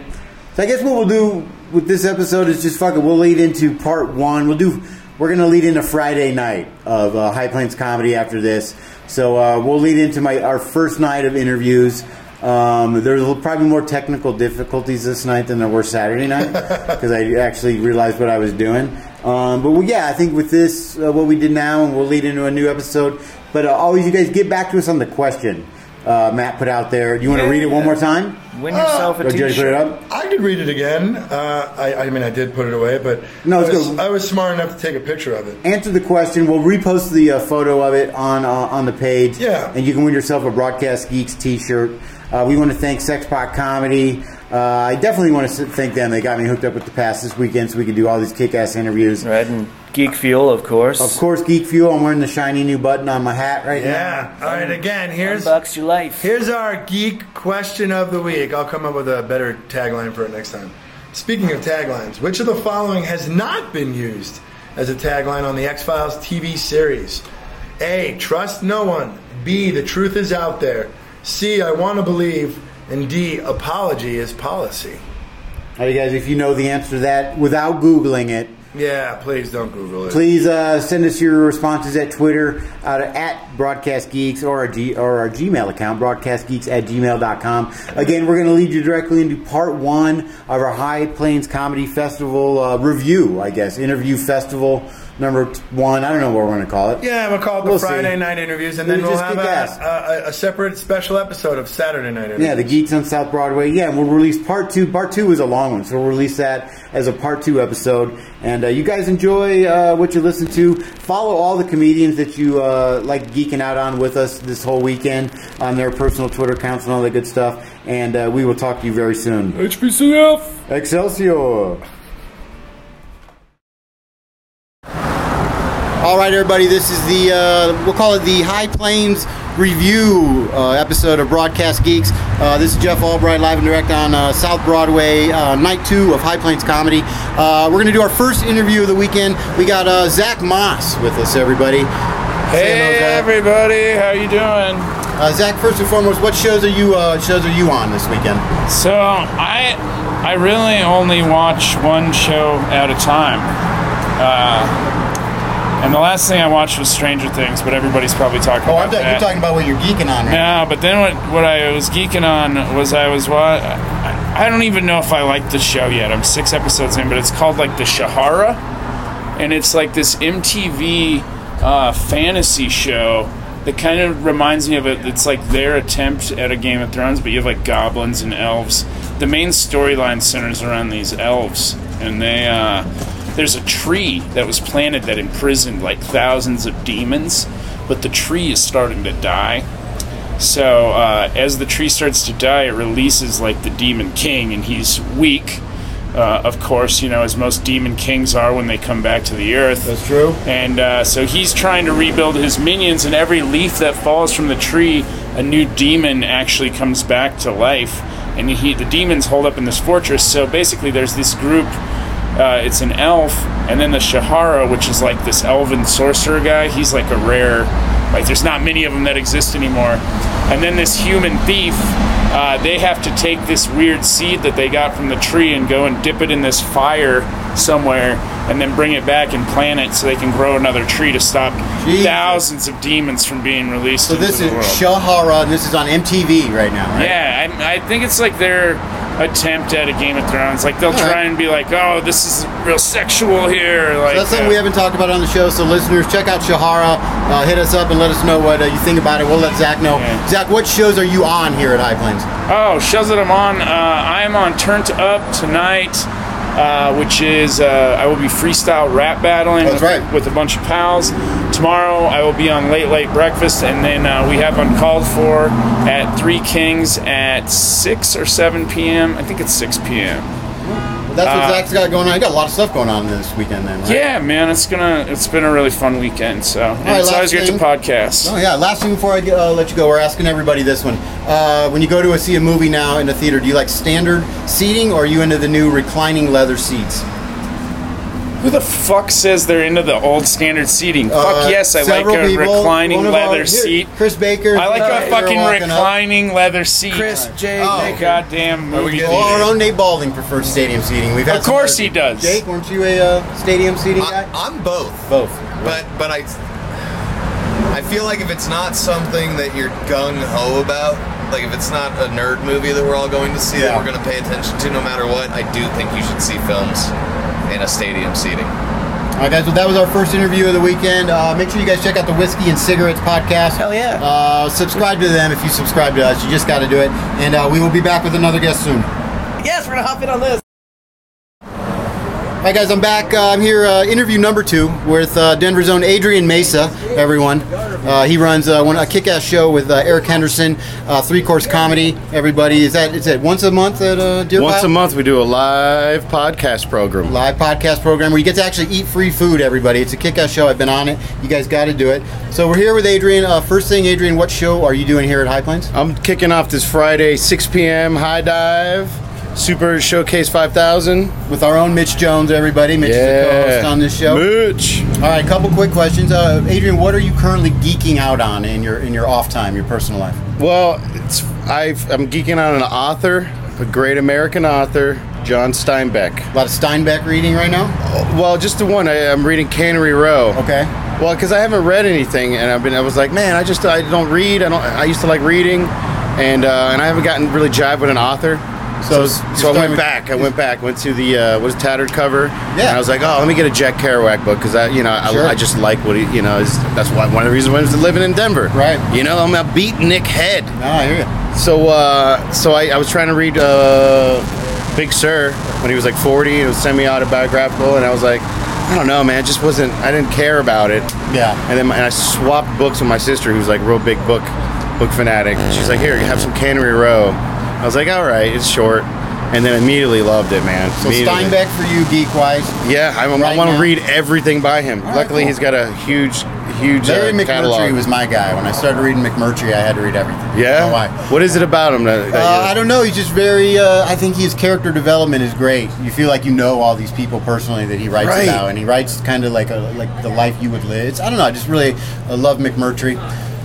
So I guess what we'll do with this episode is just fuck it. We'll lead into part one. We'll do. We're gonna lead into Friday night of uh, High Plains Comedy after this. So uh, we'll lead into my our first night of interviews. Um, there's probably more technical difficulties this night than there were Saturday night because I actually realized what I was doing. Um, but well, yeah, I think with this, uh, what we did now, and we'll lead into a new episode. But uh, always, you guys get back to us on the question uh, Matt put out there. Do you want to read it one more time? Oh. Win yourself a Or Jerry put it t-shirt. up? I could read it again. Uh, I, I mean, I did put it away, but No, it's I, was, good. I was smart enough to take a picture of it. answer the question. We'll repost the uh, photo of it on uh, on the page. Yeah. and you can win yourself a Broadcast Geeks T-shirt. Uh, we want to thank Sexpot Comedy. Uh, I definitely want to s- thank them. They got me hooked up with the pass this weekend, so we can do all these kick-ass interviews. Right, and Geek Fuel, of course. Of course, Geek Fuel. I'm wearing the shiny new button on my hat right Yeah. All right, again, here's Bucks your life. here's our geek question of the week. I'll come up with a better tagline for it next time. Speaking of taglines, which of the following has not been used as a tagline on the X Files TV series? A. Trust no one. B. The truth is out there. C. I want to believe. And D. Apology is policy. now. All right, guys. If you know the answer to that without googling it, Yeah, please don't Google it. Please uh, send us your responses at Twitter uh, at Broadcast Geeks or our, G- or our Gmail account, broadcastgeeks at gmail.com. Again, we're going to lead you directly into part one of our High Plains Comedy Festival uh, review, I guess, interview festival number t- one. I don't know what we're going to call it. Yeah, we'll call it the We'll see. Friday night interviews, and We'll then we'll just have kick a, ass. a, a separate special episode of Saturday night interviews. Yeah, the Geeks on South Broadway. Yeah, and we'll release part two. Part two is a long one, so we'll release that as a part two episode. And uh, you guys enjoy uh, what you listen to. Follow all the comedians that you uh, like geeking out on with us this whole weekend on their personal Twitter accounts and all that good stuff. And uh, we will talk to you very soon. HBCF! Excelsior! All right, everybody. This is the uh, we'll call it the High Plains Review uh, episode of Broadcast Geeks. Uh, this is Jeff Albright, live and direct on uh, South Broadway, uh, night two of High Plains Comedy. Uh, we're going to do our first interview of the weekend. We got uh, Zach Moss with us, everybody. Say hello, Hey Zach. everybody, how you doing? Uh, Zach, first and foremost, what shows are you uh, shows are you on this weekend? So I I really only watch one show at a time. Uh, and the last thing I watched was Stranger Things, but everybody's probably talking Oh, about I'm ta- that. you're talking about what you're geeking on, right? no, but then what, what I was geeking on was I was what I I don't even know if I like the show yet. I'm six episodes in, but it's called like the Shahara, and it's like this MTV uh, fantasy show that kind of reminds me of it. It's like their attempt at a Game of Thrones, but you have like goblins and elves. The main storyline centers around these elves, and they. Uh, there's a tree that was planted that imprisoned like thousands of demons, but the tree is starting to die. So uh, as the tree starts to die, it releases like the demon king, and he's weak. Uh, of course, you know as most demon kings are when they come back to the earth. That's true. And uh, so he's trying to rebuild his minions, and every leaf that falls from the tree, a new demon actually comes back to life. And he, the demons hold up in this fortress. So basically, there's this group Uh, it's an elf, and then the Shahara, which is like this elven sorcerer guy. He's like a rare, like there's not many of them that exist anymore. And then this human thief. Uh, they have to take this weird seed that they got from the tree and go and dip it in this fire somewhere, and then bring it back and plant it so they can grow another tree to stop Jesus. thousands of demons from being released. So into this the is world. Shahara, and this is on MTV right now, right? Yeah, I, I think it's like their attempt at a Game of Thrones. Like they'll try right. and be like, "Oh, this is real sexual here." Like That's something uh, we haven't talked about on the show, so listeners, check out Shahara. Uh, hit us up and let us know what uh, you think about it. We'll let Zach know. Yeah. Zach, what shows are you on here at High Plains? Oh, shows that I'm on. Uh, I am on Turned Up tonight, uh, which is uh, I will be freestyle rap battling That's with, right. with a bunch of pals. Tomorrow I will be on Late Late Breakfast, and then uh, we have Uncalled For at Three Kings at 6 or 7 p.m. I think it's 6 p.m. Well, that's Uh, what Zach's got going on. You got a lot of stuff going on this weekend, then. Right? Yeah, man, it's gonna it's been a really fun weekend. So and right, it's last always great to thing. podcast. Oh yeah. Last thing before I uh, let you go, we're asking everybody this one. Uh, when you go to see a movie now in a theater, do you like standard seating or are you into the new reclining leather seats? Who the fuck says they're into the old standard seating? Uh, fuck yes, I like several a people- reclining one of leather our- here, seat. Chris Baker. I like uh, a you're fucking walking up. reclining leather seat. Chris J. Oh. Nick. goddamn we movie. good? Well, our theater. own Oh, Nate Balding prefers stadium seating. We've had Of some course other- he does. Jake, weren't you a uh, stadium seating I, guy? I'm both, Both. but but I I feel like if it's not something that you're gung ho about, like if it's not a nerd movie that we're all going to see Yeah. that we're going to pay attention to no matter what, I do think you should see films in a stadium seating. All right, guys. Well, that was our first interview of the weekend. Uh, make sure you guys check out the Whiskey and Cigarettes podcast. Hell yeah. Uh, subscribe to them if you subscribe to us. You just got to do it. And uh, we will be back with another guest soon. Yes, we're gonna hop in on this. All right, guys. I'm back. Uh, I'm here. Uh, interview number two with uh, Denver's own Adrian Mesa. Everyone, uh, he runs uh, one, a kick-ass show with uh, Eric Henderson, uh, three-course comedy. Everybody, is that is that once a month at uh, Deer Once Pile? a month, we do a live podcast program. live podcast program where you get to actually eat free food, everybody. It's a kick ass show. I've been on it. You guys got to do it. So we're here with Adrian. Uh, first thing, Adrian, what show are you doing here at High Plains? I'm kicking off this Friday, 6 p.m. High Dive Super Showcase 5000. With our own Mitch Jones, everybody. Mitch is a co host on this show. Mooch. All right, couple quick questions. Uh, Adrian, what are you currently geeking out on in your in your off time, your personal life? Well, it's I've, I'm geeking on an author, a great American author, John Steinbeck. Uh, A lot of Steinbeck reading right now? Well, just the one I, I'm reading, Cannery Row. Okay. Well, because I haven't read anything, and I've been, I was like, man, I just, I don't read. I don't. I used to like reading, and uh, and I haven't gotten really jive with an author. So So, it's- so, you're I starting went with- back. I went back. Went to the uh, what is tattered cover. Yeah. And I was like, oh, let me get a Jack Kerouac book because I, you know, Sure. I, I just like what he, you know. Is, that's why one of the reasons why I was living in Denver. Right. You know, I'm a beatnik head. No, I hear you. So uh, so I, I was trying to read uh, Big Sur when he was like 40. It was semi autobiographical, and I was like, I don't know, man. It just wasn't. I didn't care about it. Yeah. And then my, and I swapped books with my sister, who's like real big book book fanatic. She's like, "Here, you have some Cannery Row." I was like, "All right, it's short," and then immediately loved it, man. So Immediately. Steinbeck for you, geek wise. Yeah, I, Right want now. to read everything by him. right, Luckily, cool. he's got a huge, huge Larry uh, McMurtry catalog. was my guy. When I started reading McMurtry, I had to read everything. I don't yeah. know why? What is it about him? That, that Uh, you- I don't know. He's just very. Uh, I think his character development is great. You feel like you know all these people personally that he writes Right. about, and he writes kind of like a, like the life you would live. It's, I don't know. I just really uh, love McMurtry.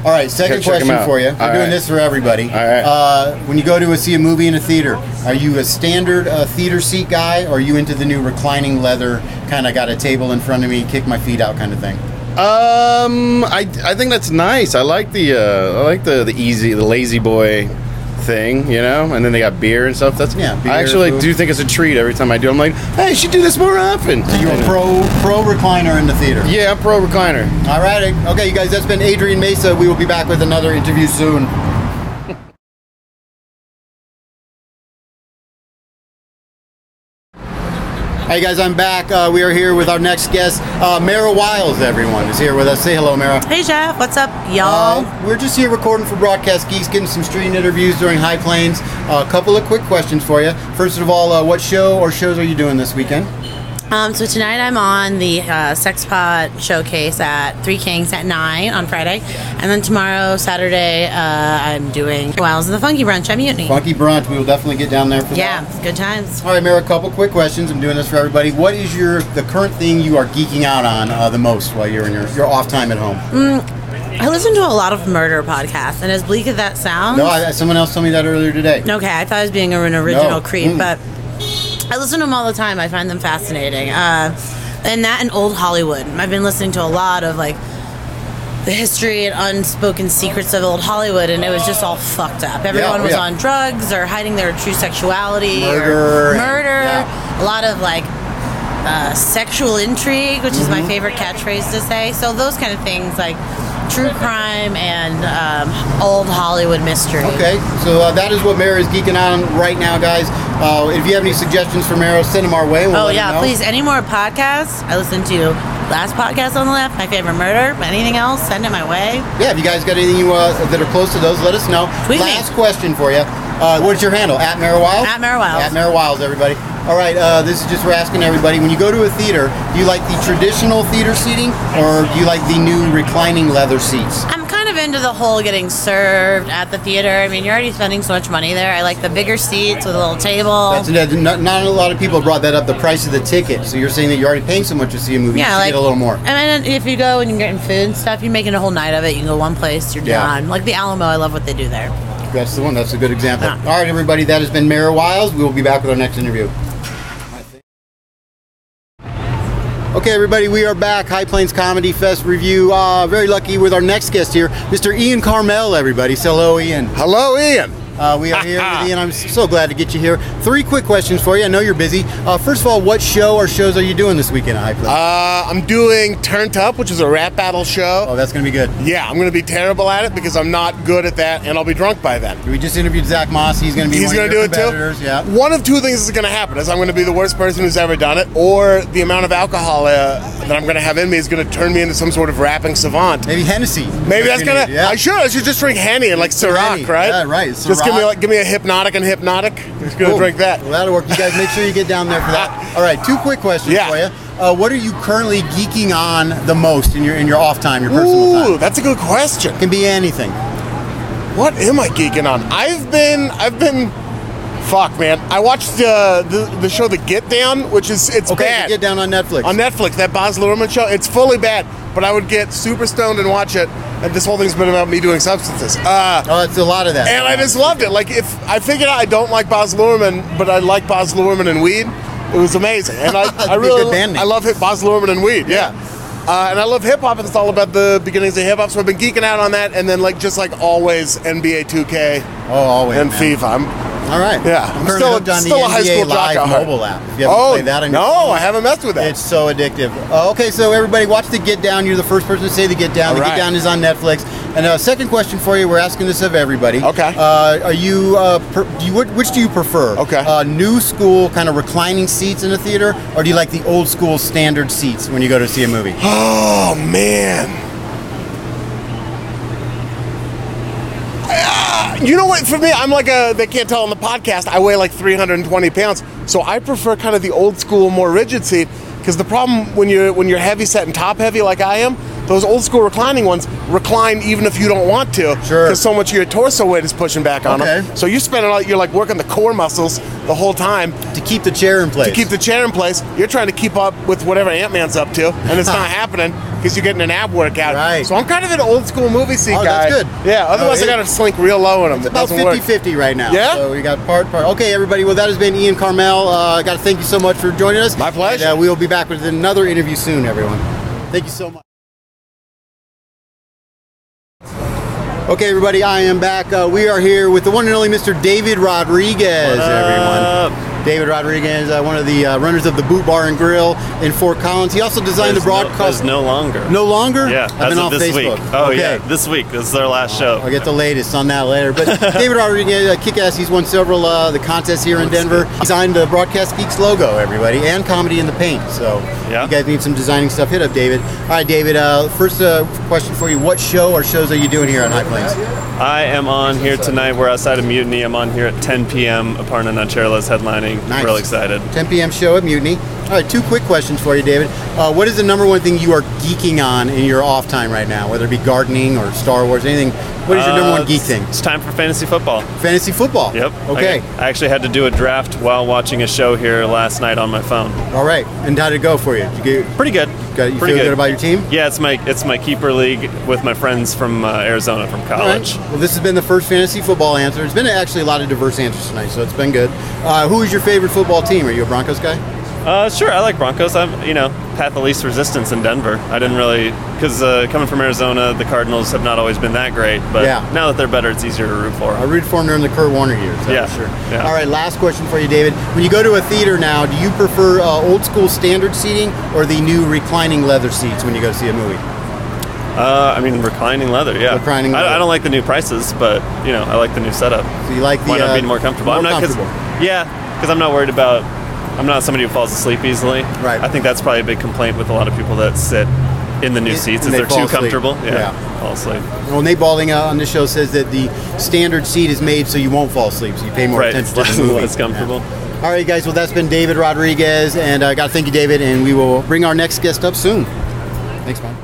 All right, second check him question out. for you. I'm All doing right. this for everybody. All right. Uh, when you go to a, see a movie in a theater, are you a standard uh, theater seat guy, or are you into the new reclining leather kind of got a table in front of me, kick my feet out kind of thing? Um, I, I think that's nice. I like the uh, I like the, the easy the lazy boy thing, you know. And then they got beer and stuff. That's Yeah, beer, I actually food. do think it's a treat every time I do. I'm like, hey, you should do this more often. You're a pro pro recliner in the theater. Yeah, I'm pro recliner. All right. Okay, you guys, that's been Adrian Mesa. We will be back with another interview soon. Hey guys, I'm back. Uh, we are here with our next guest, uh, Mara Wiles. Everyone is here with us. Say hello, Mara. Hey Jeff, what's up, y'all? Uh, we're just here recording for Broadcast Geeks, getting some street interviews during High Plains. uh, A couple of quick questions for you. First of all, uh, what show or shows are you doing this weekend? Um, so tonight I'm on the uh, Sex Pot showcase at Three Kings at nine on Friday, and then tomorrow Saturday uh, I'm doing Wiles and the Funky Brunch at Mutiny. Funky brunch. We will definitely get down there for Yeah, that. it's good times. All right, Mayor. A couple quick questions. I'm doing this for everybody. What is your the current thing you are geeking out on uh, the most while you're in your your off time at home? Mm, I listen to a lot of murder podcasts, and as bleak as that sounds, No, I, someone else told me that earlier today. Okay, I thought I was being an original No. creep, Mm. but I listen to them all the time. I find them fascinating. Uh, and that and old Hollywood. I've been listening to a lot of like the history and unspoken secrets of old Hollywood, and it was just all fucked up. Everyone was yeah. on drugs or hiding their true sexuality Murder or and- murder. A lot of like uh, sexual intrigue, which is Mm-hmm. my favorite catchphrase to say. So those kind of things like true crime and um, old Hollywood mystery. Okay, so uh, that is what Mara is geeking out on right now, guys. Uh, if you have any suggestions for Mara, send them our way. and We'll oh let her yeah, know. please. Any more podcasts? I listen to last podcast on the left, my favorite murder. Anything else? Send it my way. Yeah, if you guys got anything you, uh, that are close to those, let us know. Tweet me. Last question for you. Uh, what's your handle? At Mara Wiles? At Mara Wiles. At Mara Wiles, everybody. All right, uh, this is just we're asking everybody. When you go to a theater, do you like the traditional theater seating or do you like the new reclining leather seats? I'm kind of into the whole getting served at the theater. I mean, you're already spending so much money there. I like the bigger seats with a little table. That's, that- not, not a lot of people brought that up, the price of the ticket. So you're saying that you're already paying so much to see a movie, you yeah, should like get a little more. And then if you go and you're getting food and stuff, you're making a whole night of it. You can go one place, you're Yeah. done. Like the Alamo, I love what they do there. That's the one. That's a good example. All right, everybody. That has been Mara Wiles. We will be back with our next interview. Okay, everybody, we are back. High Plains Comedy Fest review. Uh, very lucky with our next guest here, Mr. Ian Carmel, everybody. Say hello, Ian. Hello, Ian. Uh, we are here <laughs> with Ian. I'm so glad to get you here. Three quick questions for you. I know you're busy. Uh, first of all, what show or shows are you doing this weekend at High Plains? Uh, I'm doing Turned Up, which is a rap battle show. Oh, that's going to be good. Yeah, I'm going to be terrible at it because I'm not good at that, and I'll be drunk by then. We just interviewed Zach Moss. He's going to be He's one of gonna your do it competitors, too. yeah. One of two things is going to happen: is I'm going to be the worst person who's ever done it, or the amount of alcohol uh, that I'm going to have in me is going to turn me into some sort of rapping savant. Maybe Hennessy. Maybe That's that's going gonna- to. yeah. I should. I should just drink Henny and like Ciroc, right? Yeah, right, Just give me Ciroc. like give me a hypnotic and hypnotic. Just going to Cool. drink that. Well, that'll work. You guys make sure you get down there for <laughs> that. All right, two quick questions for you. Uh, what are you currently geeking on the most in your in your off time, your personal time? Ooh, that's a good question. Can be anything. What am I geeking on? I've been, I've been, fuck, man. I watched uh, the the show The Get Down, which is it's Okay, The bad. Get Down on Netflix. On Netflix, that Baz Luhrmann show. It's fully bad, but I would get super stoned and watch it. And this whole thing's been about me doing substances. Uh, oh, it's a lot of that. And I just loved it. Like if I figured out I don't like Baz Luhrmann, but I like Baz Luhrmann and weed. It was amazing, <laughs> and I, I Be a really, good band name. I love hip Baz Luhrmann and weed. Yeah. Uh, and I love hip hop, and it's all about the beginnings of hip hop. So I've been geeking out on that, and then like just like always, NBA 2K. Oh, always. And man. FIFA. I'm, All right. Yeah. I'm currently hooked on the NBA Live mobile app. If you haven't oh played that on your no, phone. I haven't messed with that. It's so addictive. Uh, okay, so everybody, watch the Get Down. You're the first person to say the Get Down. All the right. Get Down is on Netflix. And uh, second question for you, we're asking this of everybody. Okay. Uh, are you? Uh, per, do you which, which do you prefer? Okay. Uh, new school kind of reclining seats in a theater, or do you like the old school standard seats when you go to see a movie? Oh man. Ah, You know what? For me, I'm like a. They can't tell on the podcast. I weigh like 320 pounds, so I prefer kind of the old school, more rigid seat. Because the problem when you're when you're heavy set and top heavy like I am, those old school reclining ones recline even if you don't want to. Sure. Because so much of your torso weight is pushing back on them. So you're spending all you're like working the core muscles the whole time to keep the chair in place. To keep the chair in place, you're trying to keep up with whatever Ant Man's up to, and <laughs> it's not happening because you're getting an ab workout. Right. So I'm kind of an old school movie seat Oh, guy. that's good. Yeah. Otherwise, No, I it- got to slink real low in them. It's about 50-50 right now. Yeah? So we got part part. Okay, everybody. Well, that has been Ian Carmel. Uh, I got to thank you so much for joining us. My pleasure. uh, we will be back with another interview soon, everyone. Thank you so much. Okay, everybody, I am back. Uh, we are here with the one and only Mr. David Rodriguez, everyone. David Rodriguez, uh, one of the uh, runners of the Boot Bar and Grill in Fort Collins. He also designed There's the No, broadcast. there's no longer. No longer? Yeah, I've as been of off this Facebook. week. Oh Okay. yeah, this week. This is their last show. I'll get the latest on that later. <laughs> But David Rodriguez, uh, kick ass. He's won several uh, the contests here in Denver. He signed the Broadcast Geeks logo, everybody, and Comedy in the Paint. So you guys need some designing stuff. Hit up David. All right, David. Uh, first uh, question for you: What show or shows are you doing here on High Plains? I am on here tonight. We're outside of Mutiny. I'm on here at 10 p.m. Aparna Nacherla's headlining. Nice. Real excited. 10 p.m. show at Mutiny. All right, two quick questions for you, David. Uh, what is the number one thing you are geeking on in your off time right now, whether it be gardening or Star Wars, anything? What is your number Uh, one geek thing? It's time for fantasy football. Fantasy football. Yep. Okay. I, I actually had to do a draft while watching a show here last night on my phone. All right, and how did it go for you? Did you get, Pretty good. Got, you Pretty feel good. about your team? Yeah, it's my it's my keeper league with my friends from uh, Arizona from All right. college. Well, this has been the first fantasy football answer. It's been actually a lot of diverse answers tonight, so it's been good. Uh, who is your favorite football team? Are you a Broncos guy? Uh, sure, I like Broncos. I'm, you know, path the least resistance in Denver. I didn't really, because uh, coming from Arizona, the Cardinals have not always been that great. But Yeah. now that they're better, it's easier to root for. I rooted for him during the Kurt Warner years. that's Yeah, for sure. yeah. All right, last question for you, David. When you go to a theater now, do you prefer uh, old school standard seating or the new reclining leather seats when you go see a movie? Uh, I mean, reclining leather. Yeah, reclining. Leather. I, I don't like the new prices, but you know, I like the new setup. So you like the, why not uh, be more comfortable? more I'm not comfortable. Cause, yeah, because I'm not worried about. I'm not somebody who falls asleep easily. Right. I think that's probably a big complaint with a lot of people that sit in the new And- seats is and they they're fall too asleep. comfortable. Yeah. fall asleep. Well, Nate Balding uh, on this show says that the standard seat is made so you won't fall asleep, so you pay more Right, attention to it's the movie. <laughs> less comfortable. Yeah. All right, guys. Well, that's been David Rodriguez, and I got to thank you, David. And we will bring our next guest up soon. Thanks, man.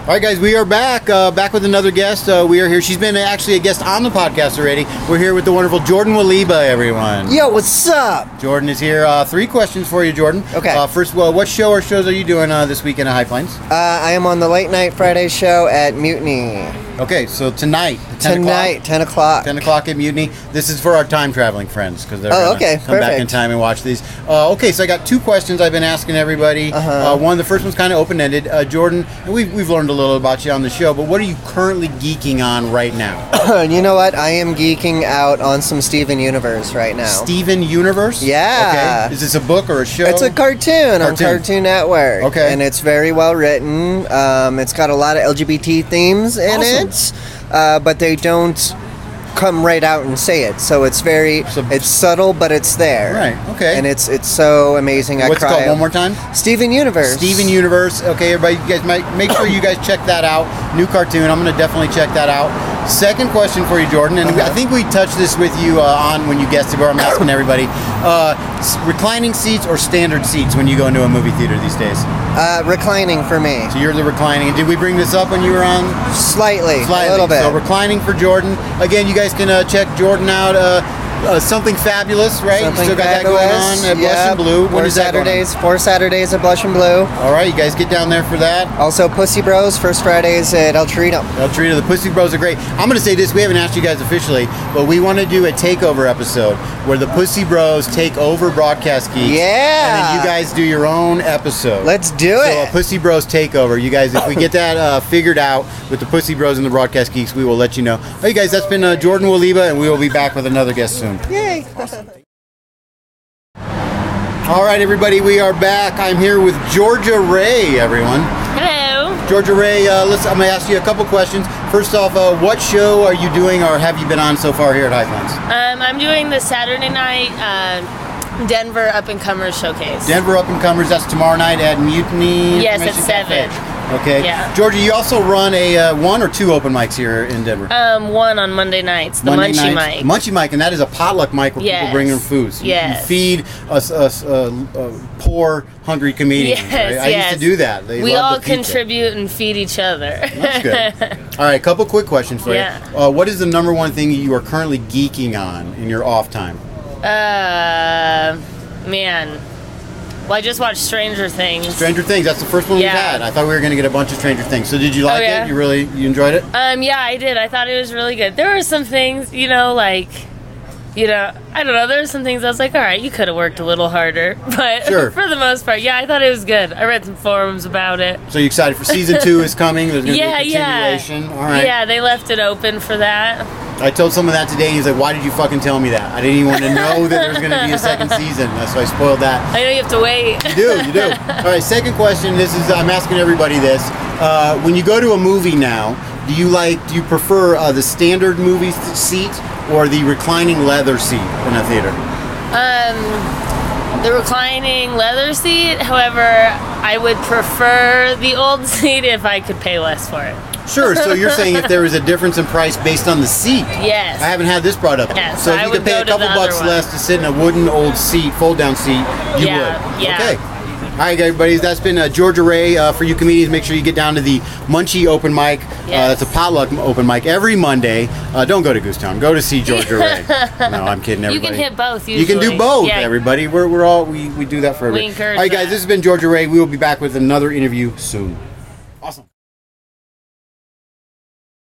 All right, guys, we are back. Uh, back with another guest. Uh, we are here. She's been actually a guest on the podcast already. We're here with the wonderful Jordan Waliba, everyone. Yo, what's up? Jordan is here. Uh, three questions for you, Jordan. Okay. Uh, first, well, what show or shows are you doing uh, this weekend at High Plains? Uh, I am on the late night Friday show at Mutiny. <coughs> Okay, so tonight, at 10 Tonight, o'clock, 10 o'clock. 10 o'clock at Mutiny. This is for our time traveling friends because they're Oh, gonna okay, come back in perfect. time and watch these. Uh, okay, so I got two questions I've been asking everybody. Uh-huh. one, the first one's kind of open ended. Uh, Jordan, and we've, we've learned a little about you on the show, but what are you currently geeking on right now? you know what? I am geeking out on some Steven Universe right now. Steven Universe? Yeah. Okay. Is this a book or a show? It's a cartoon, on Cartoon Network. Okay. And it's very well written. Um, it's got a lot of LGBT themes in it, uh, but they don't come right out and say it. So it's very, it's subtle, but it's there. Right, okay. And it's it's so amazing. I What's it cry. called one more time? Steven Universe. Steven Universe. Okay, everybody, you guys might make sure you guys check that out. New cartoon. I'm going to definitely check that out. Second question for you, Jordan, and I think we touched this with you uh, on when you guessed it, but I'm asking everybody: uh, s- reclining seats or standard seats when you go into a movie theater these days? Uh, reclining for me. So you're the reclining. And did we bring this up when you were on? Slightly, slightly. a little bit. So reclining for Jordan. Again, you guys can uh, check Jordan out. Uh, uh, something fabulous, right? You Something Still got fabulous. that going on at Blush Yep. and Blue. When Four is that going on? Saturdays, four Saturdays at Blush and Blue. All right, you guys get down there for that. Also, Pussy Bros first Fridays at El Torito. El Torito, the Pussy Bros are great. I'm going to say this: we haven't asked you guys officially, but we want to do a takeover episode where the Pussy Bros take over Broadcast Geeks. Yeah. and then you guys do your own episode. Let's do So a it. Pussy Bros takeover. You guys, if we get that uh, figured out with the Pussy Bros and the Broadcast Geeks, we will let you know. Hey guys, that's been uh, Jordan Waliba, and we will be back with another guest soon. Yay. All right, everybody, we are back. I'm here with Georgia Ray, everyone. Hello. Georgia Ray, uh, let's, I'm going to ask you a couple questions. First off, uh, what show are you doing or have you been on so far here at Highlands? Um, I'm doing the Saturday night uh, Denver Up and Comers Showcase. Denver Up and Comers, that's tomorrow night at Mutiny. Yes, at Information Cafe. seven. Okay. Yeah. Georgia, you also run a uh, one or two open mics here in Denver. Um, one on Monday nights, the Monday Munchie nights- Mic. Munchie Mike, and that is a potluck mic where people Yes. bring their food. So you- Yes. You feed us, us uh, uh, poor, hungry comedians. Yes, right? I yes. used to do that. They we loved all the pizza. contribute and feed each other. That's good. All right, a couple quick questions for Yeah. you. Uh, what is the number one thing you are currently geeking on in your off time? <laughs> uh, man. Well, I just watched Stranger Things. Stranger Things. That's the first one Yeah. we've had. I thought we were going to get a bunch of Stranger Things. So did you Oh, like yeah? it? You really you enjoyed it? Um, yeah, I did. I thought it was really good. There were some things, you know, like, you know, I don't know. There were some things I was like, all right, you could have worked a little harder, <laughs> but Sure. for the most part, yeah, I thought it was good. I read some forums about it. So you excited for season two is coming? There's going to yeah, be a continuation. yeah, All right. yeah. They left it open for that. I told someone that today, and he's like, "Why did you fucking tell me that? I didn't even want to know that there's going to be <laughs> a second season." So I spoiled that. I know you have to wait. <laughs> You do, you do. All right. Second question. This is I'm asking everybody this. Uh, when you go to a movie now, do you like? Do you prefer uh, the standard movie s- seat or the reclining leather seat in a theater? Um, the reclining leather <laughs> seat. However, I would prefer the old seat if I could pay less for it. Sure. So you're <laughs> saying if there was a difference in price based on the seat? Yes. I haven't had this brought up. Yes, so if I you would could pay go a to couple the bucks other one. less to sit in a wooden old seat, fold down seat, you Yeah, would. yeah. Okay. All right, everybody. That's been uh, Georgia Ray uh, for you comedians. Make sure you get down to the Munchie Open Mic. Uh, that's a potluck open mic every Monday. Uh, don't go to Goosetown. Go to see <laughs> Georgia Ray. No, I'm kidding. You Everybody. can hit both. Usually. You can do both, Yeah. everybody. We're, we're all we, we do that for We everybody. encourage all right, guys. that. This has been Georgia Ray. We will be back with another interview soon. Awesome.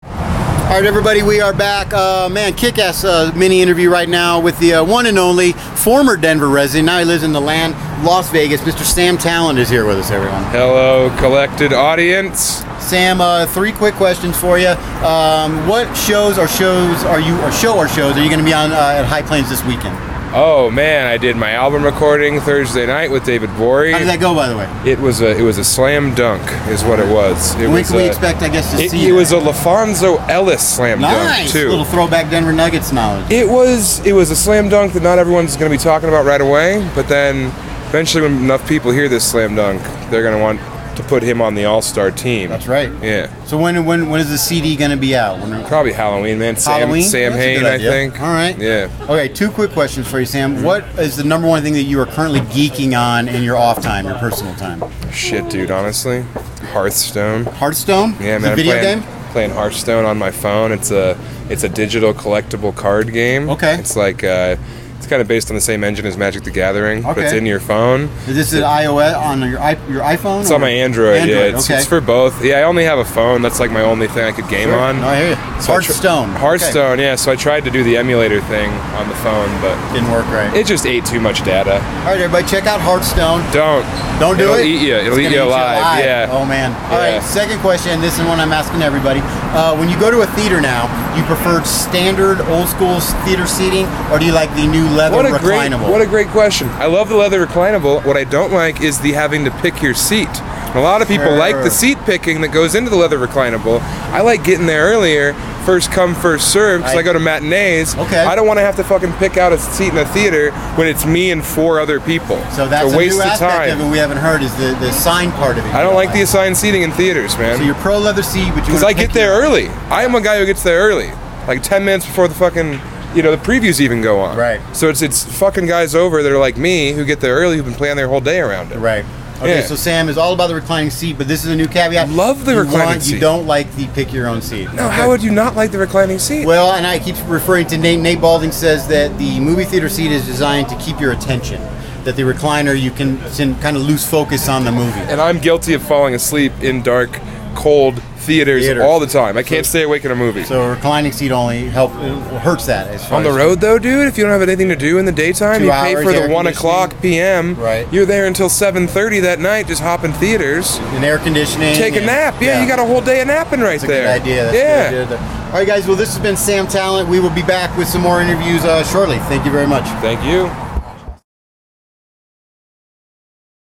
All right, everybody, we are back. Uh, man, kick-ass uh, mini interview right now with the uh, one and only former Denver resident. Now he lives in the land, Las Vegas. Mr. Sam Talent is here with us, everyone. Hello, collected audience. Sam, uh, three quick questions for you. Um, what shows or shows are you or show or shows are you going to be on uh, at High Plains this weekend? Oh man, I did my album recording Thursday night with David Bory. How did that go, by the way? It was a it was a slam dunk, is what it was. It When was can we a- expect, I guess, to it, see It that? was a LaFonso Ellis slam dunk Nice too. little throwback Denver Nuggets knowledge. It was it was a slam dunk that not everyone's going to be talking about right away, but then eventually, when enough people hear this slam dunk, they're going to want to put him on the All Star team. That's right. Yeah. So when when when is the CD going to be out? When Probably Halloween, man. Sam Halloween? Sam That's a Hain, good I idea. think. All right. Yeah. Okay, two quick questions for you, Sam. What is the number one thing that you are currently geeking on in your off time, your personal time? Shit, dude. Honestly, Hearthstone. Hearthstone? Yeah, It's man. a I'm video playing, game? Playing Hearthstone on my phone. It's a it's a digital collectible card game. Okay. It's like uh, it's kind of based on the same engine as Magic the Gathering, but it's Okay. in your phone. Is this an iOS on your i- your iPhone? It's on or- my Android. yeah, it's, okay. it's for both. Yeah, I only have a phone. That's like my only thing I could game Sure. on. No, I hear you. I tr- Hearthstone. Okay. Hearthstone. Yeah. So I tried to do the emulator thing on the phone, but didn't work right. It just ate too much data. All right, everybody, check out Hearthstone. Don't. Don't do It'll it. eat ya. It's It'll eat gonna ya alive, yeah. Oh man. All Yeah. right. Second question. and This is one I'm asking everybody. Uh, when you go to a theater now, you prefer standard old school theater seating, or do you like the new leather What a great reclinable? what a great question. I love the leather reclinable. What I don't like is the having to pick your seat. A lot of people like Sure. the seat picking that goes into the leather reclinable. I like getting there earlier, first come first serve, because I, I- go to matinees. Okay. I don't want to have to fucking pick out a seat in a theater when it's me and four other people. so that's it's a, a waste new of aspect time. of it we haven't heard is the, the sign part of it. I don't like the assigned seating in theaters, man. So you're pro leather seat, but you Because wanna I get pick there early. I am a guy who gets there early, like ten minutes before the fucking, you know, the previews even go on. Right. So it's it's fucking guys over that are like me who get there early who've been playing their whole day around it. Right. Okay, Yeah. so Sam is all about the reclining seat, but this is a new caveat. Love the you reclining want- You seat. don't like the pick your own seat. No, how would you not like the reclining seat? Well, and I keep referring to Nate. Nate Balding says that the movie theater seat is designed to keep your attention. That the recliner you can, can kind of lose focus on the movie. And I'm guilty of falling asleep in dark, cold theaters, Theaters. all the time. I can't stay awake in a movie. So a reclining seat only help it hurts that. As far on the as- road though, dude, if you don't have anything to do in the daytime, Two you pay hours, for the air one conditioning. o'clock p.m. Right. You're there until seven thirty that night, just hopping theaters and air conditioning. Take a and- nap. Yeah, yeah. you got a whole day of napping right That's a there. good idea. That's yeah. a good idea there. All right, guys. Well, this has been Sam Talent. We will be back with some more interviews uh, shortly. Thank you very much. Thank you.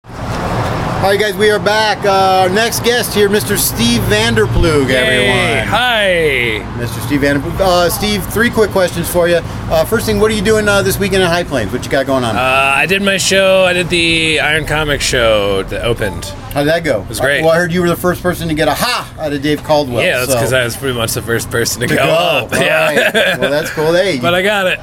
All right, guys. We are back. Uh, our next guest here, Mr. Steve Vanderplug. Everyone. Hi. Mr. Steve Vanderplug. Uh, Steve, three quick questions for you. Uh, first thing, what are you doing uh, this weekend at High Plains? What you got going on? Uh, I did my show. I did the Iron Comic show that opened. How did that go? It was great. well, I heard you were the first person to get a ha out of Dave Caldwell. yeah, that's so- because I was pretty much the first person to, To go, go. up. All yeah. right. Well, that's cool. Hey, <laughs> but I got it.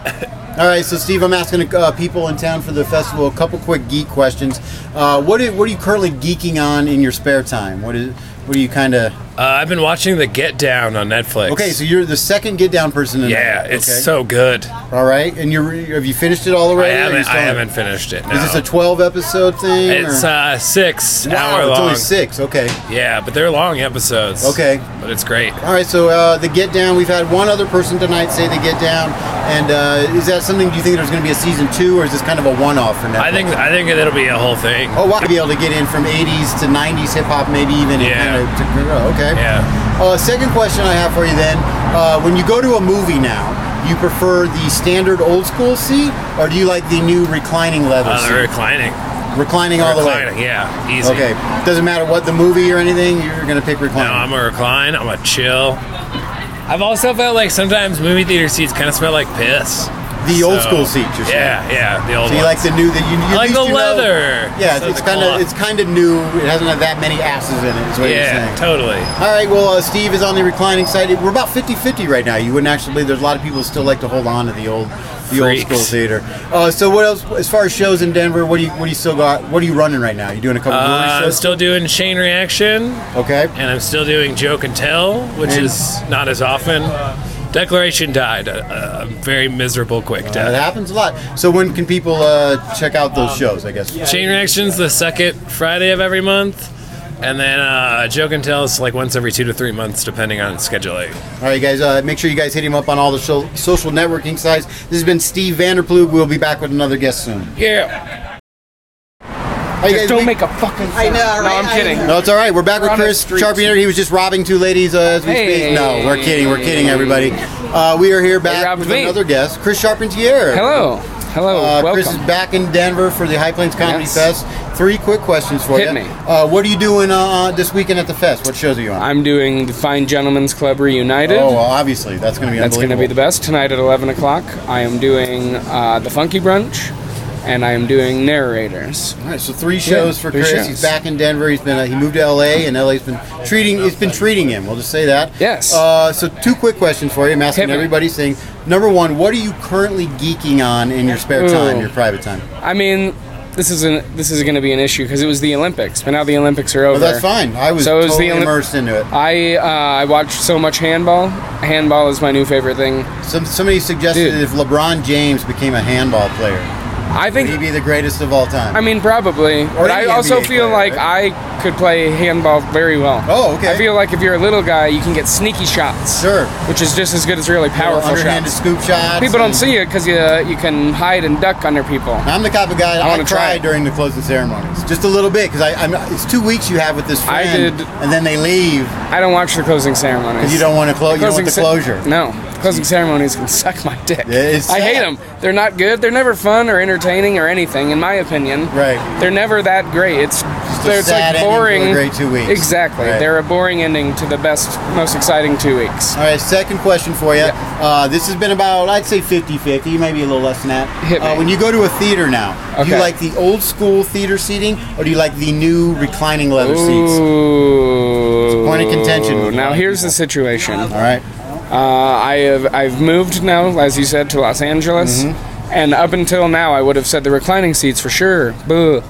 All right, so Steve, I'm asking uh, people in town for the festival a couple quick geek questions. Uh, what, are, what are you currently geeking on in your spare time? What is what are you kind of? Uh, I've been watching The Get Down on Netflix. Okay, so you're the second get down person. In yeah, there, it's okay? so good. All right, and you have you finished it all I already? or you haven't. still I haven't finished it. No. Is this a 12 episode thing? or- it's uh, six Wow, hour it's long. only six. Okay. Yeah, but they're long episodes. Okay. but it's great. All right, so uh, the get down. We've had one other person tonight say the get down, and uh, is that something? Do you think there's going to be a season two, or is this kind of a one-off for now? I think I think it'll be a whole thing. Oh, wow! To be able to get in from '80s to '90s hip hop, maybe even and Yeah. kind of to grow. Okay. Yeah. Uh, second question I have for you then: uh, When you go to a movie now, you prefer the standard old school seat, or do you like the new reclining leather Uh, seat? they're reclining. reclining all the Reclining, way. Yeah, easy. Okay. Doesn't matter what the movie or anything. You're going to pick reclining. No, I'm a recline. I'm a chill. I've also felt like sometimes movie theater seats kind of smell like piss. The old So- school seats. You're saying. Yeah, yeah, the old So you like ones. the new that you, you I like at least the you know- leather. yeah, So it's the kind of cloth. it's kind of new. It hasn't had that many asses in it. Is what you're yeah, saying. totally. All right, well, uh, Steve is on the reclining side. We're about 50-50 right now. You wouldn't actually believe there's a lot of people who still like to hold on to the old, the Freaks. old school theater. Uh, so, what else? As far as shows in Denver, what do you what do you still got? What are you running right now? You doing a couple Uh, of I'm shows? still doing Chain Reaction. Okay. And I'm still doing Joke and Tell, which And- is not as often. Declaration died a, a very miserable quick Uh, it death. happens a lot. So, when can people uh, check out Um, those shows? I guess. Chain Reaction's the second Friday of every month. And then uh, Joke and Tell is like once every two to three months, depending on scheduling. All right, guys. Uh, make sure you guys hit him up on all the so- social networking sites. This has been Steve Vanderploeg. We'll be back with another guest soon. Yeah. Just don't make a fucking. I know, No, right? I'm I kidding. No, it's all right. We're back We're with on the Chris streets. Sharpiener. He was just robbing two ladies uh, as we Hey. speak. No, we're kidding. We're kidding, everybody. Uh, we are here back with me. another guest, Chris Charpentier. Hello. Hello. Uh, Welcome. Chris is back in Denver for the High Plains Comedy Yes. Fest. Three quick questions for Hit you. me. Uh, what are you doing uh, this weekend at the fest? What shows are you on? I'm doing the Fine Gentlemen's Club Reunited. Oh, well, obviously. That's going to be That's going to be the unbelievable. best. Tonight at 11 o'clock, I am doing uh, the Funky Brunch, and I am doing Narrators. All right, so three shows for Chris. He's back in Denver. He's been uh, he moved to LA, and LA's been treating it's been treating him. We'll just say that. Yes. Uh, so two quick questions for you. I'm asking Hit me. everybody. Saying number one, what are you currently geeking on in your spare time, Ooh. your private time? I mean, this is an, this is going to be an issue because it was the Olympics, but now the Olympics are over. that's fine. I was so it was totally the Olymp- immersed into it. I uh, I watched so much handball. Handball is my new favorite thing. Some somebody suggested that if LeBron James became a handball player, I think he'd be the greatest of all time. I mean, probably. Or but I any also NBA feel player, like I could play handball very well. Oh, okay. I feel like if you're a little guy, you can get sneaky shots. Sure. Which is just as good as really powerful underhanded shots. scoop shots People and- don't see it because you you can hide and duck under people. I'm the type of guy. I I, wanna try cried it. during the closing ceremonies, just a little bit, because I I'm, it's two weeks you have with this friend, I did, and then they leave. I don't watch the closing ceremonies. You don't wanna clo- you don't want Closing the ce- closure. No, The closing ceremonies can suck my dick. it's I hate sad. them. They're not good. They're never fun or entertaining or anything, in my opinion. Right. They're never that great. It's a they're- it's sad ending like to a boring. great two weeks. Exactly. Right. They're a boring ending to the best, most exciting two weeks. All right, second question for you. Uh, this has been about, I'd say 50 50, maybe a little less than that. Hit me. Uh, when you go to a theater now, do you Okay. like the old school theater seating or do you like the new reclining leather seats? Ooh. It's a point of contention with a lot Now of here's the situation. All right. Uh, I have I've moved now, as you said, to Los Angeles, Mm-hmm. and up until now I would have said the reclining seats for sure. Boo.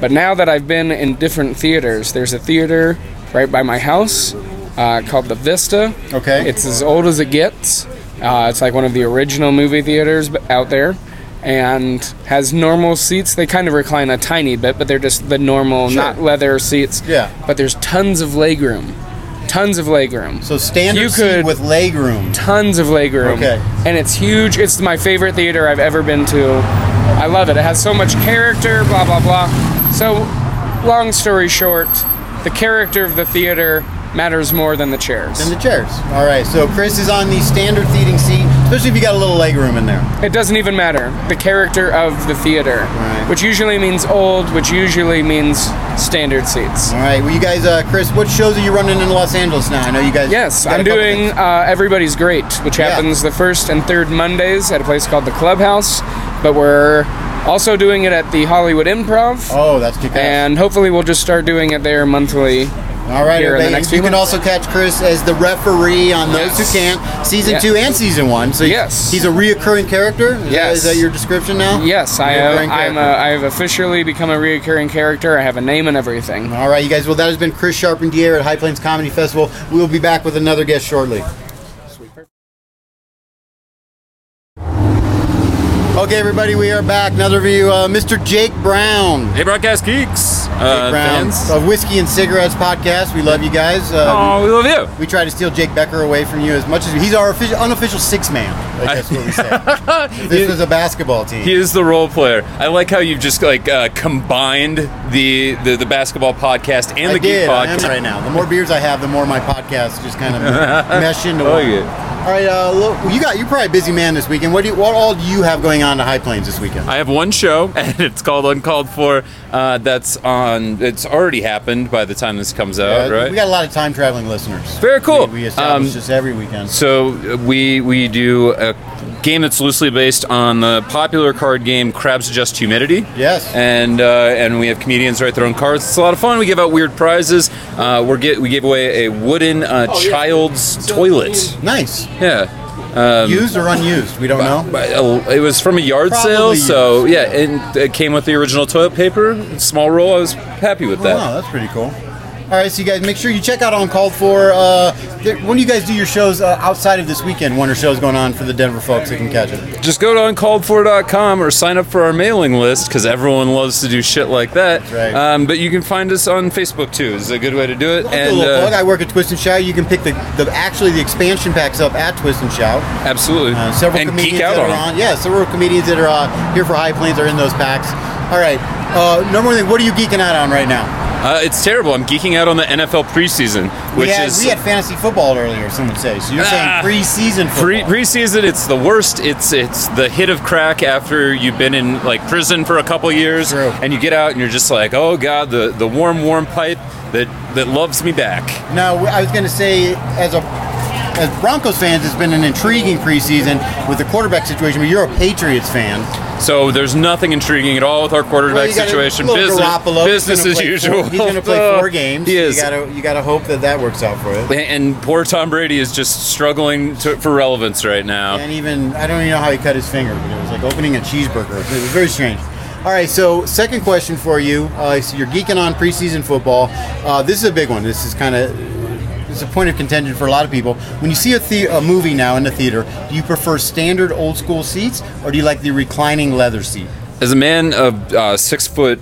But now that I've been in different theaters, there's a theater right by my house uh, called the Vista. Okay. It's as old as it gets. Uh, it's like one of the original movie theaters b- out there. And has normal seats. They kind of recline a tiny bit, but they're just the normal, Sure. not leather seats. Yeah. But there's tons of legroom. Tons of legroom. So standard seat with legroom. Tons of legroom. Okay. And it's huge. It's my favorite theater I've ever been to. I love it. It has so much character, blah, blah, blah. So, long story short, the character of the theater matters more than the chairs. Than the chairs. All right, so Chris is on the standard seating seat, especially if you got a little leg room in there. It doesn't even matter. The character of the theater, which usually means old, which usually means standard seats. All right, well, you guys, uh, Chris, what shows are you running in Los Angeles now? I know you guys. Yes, you got a I'm couple doing uh, Everybody's Great, which happens the first and third Mondays at a place called the Clubhouse, but we're also doing it at the Hollywood Improv. Oh, that's kick And hopefully we'll just start doing it there monthly. All All right, here in the everybody. next you few can months. also catch Chris as the referee on those who can't, season Yeah. two and season one. So yes, he's a reoccurring character. Is that, Yes. is that your description now? Yes, I Reoccurring have, I'm character. a, I have officially become a recurring character. I have a name and everything. All right, you guys. Well, that has been Chris Charpentier at High Plains Comedy Festival. We will be back with another guest shortly. Okay, everybody, we are back. Another review. Uh, Mr. Jake Brown. Hey, broadcast geeks, uh, Brown fans. of Whiskey and Cigarettes podcast. We love you guys. Uh, Aw, we love you. We try to steal Jake Becker away from you as much as he's our official, unofficial six man. <laughs> I guess what we say. If this was a basketball team. He is the role player. I like how you've just like uh, combined the, the the basketball podcast and I the did. geek I am <laughs> podcast <laughs> right now. The more beers I have, the more my podcast just kind of mesh into I one. like it. All right, uh, look, you got you're probably a busy man this weekend. What do you, what all do you have going on to High Plains this weekend? I have one show, <laughs> and it's called Uncalled For. Uh, that's on. It's already happened by the time this comes out, Uh, right? We got a lot of time traveling listeners. Very cool. We establish Um, this every weekend. So uh, we we do a game that's loosely based on the popular card game Crabs Adjust Humidity. Yes. And uh, and we have comedians write their own cards. It's a lot of fun. We give out weird prizes. Uh, we're get we gave away a wooden uh, child's toilet. Nice. Yeah. Um, uh, Used or unused? We don't know. It was from a yard Probably sale, so used, yeah, and it came with the original toilet paper, small roll. I was happy with that. Oh, wow, that's pretty cool. All right, so you guys make sure you check out Uncalled For. Uh, th- when do you guys do your shows uh, outside of this weekend? When are shows going on for the Denver folks that can catch it? Just go to uncalledfor.com or sign up for our mailing list because everyone loves to do shit like that. right. Um, but you can find us on Facebook too. Is a good way to do it. I'll do a And little plug. uh, I work at Twist and Shout. You can pick the, the actually the expansion packs up at Twist and Shout. Absolutely. Uh, several And comedians geek out that on are 'em. on. Yeah, several comedians that are uh, here for High Plains are in those packs. All right. Uh, number one thing, what are you geeking out on right now? uh, it's terrible. I'm geeking out on the NFL preseason, We which had, is we had fantasy football earlier. Someone say so. You're Ah. saying preseason football. Pre- preseason, it's the worst. It's it's the hit of crack after you've been in like prison for a couple years, and you get out and you're just like, oh god, the the warm warm pipe that that loves me back. Now, I was going to say, as a as Broncos fans, it's been an intriguing preseason with the quarterback situation. But you're a Patriots fan. So there's nothing intriguing at all with our quarterback Well, you got a situation. little Business, Garoppolo. He's business gonna as play usual. Four, he's going to play <laughs> Uh, four games. He is. You gotta you gotta hope that that works out for you. and poor Tom Brady is just struggling to, for relevance right now. And even I don't even know how he cut his finger, but it was like opening a cheeseburger. It was very strange. All right, so second question for you. Uh, so you're geeking on preseason football. Uh, this is a big one. This is kind of it's a point of contention for a lot of people. When you see a, the- a movie now in the theater, do you prefer standard old school seats or do you like the reclining leather seat? As a man of uh, six foot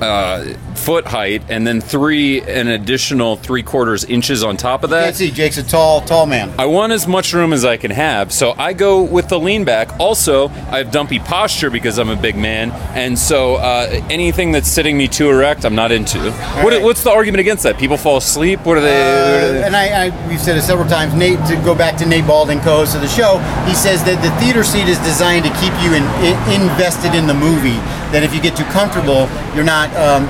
uh, foot height, and then three an additional three quarters inches on top of that. Let's see, Jake's a tall, tall man. I want as much room as I can have, so I go with the lean back. Also, I have dumpy posture because I'm a big man, and so uh, anything that's sitting me too erect, I'm not into. What, What's the argument against that? People fall asleep. What are they? what are Uh, they- and I, I, we've said it several times. Nate, to go back to Nate Bald and co-host of the show, he says that the theater seat is designed to keep you in, in, invested in the movie. That if you get too comfortable, you're not, um,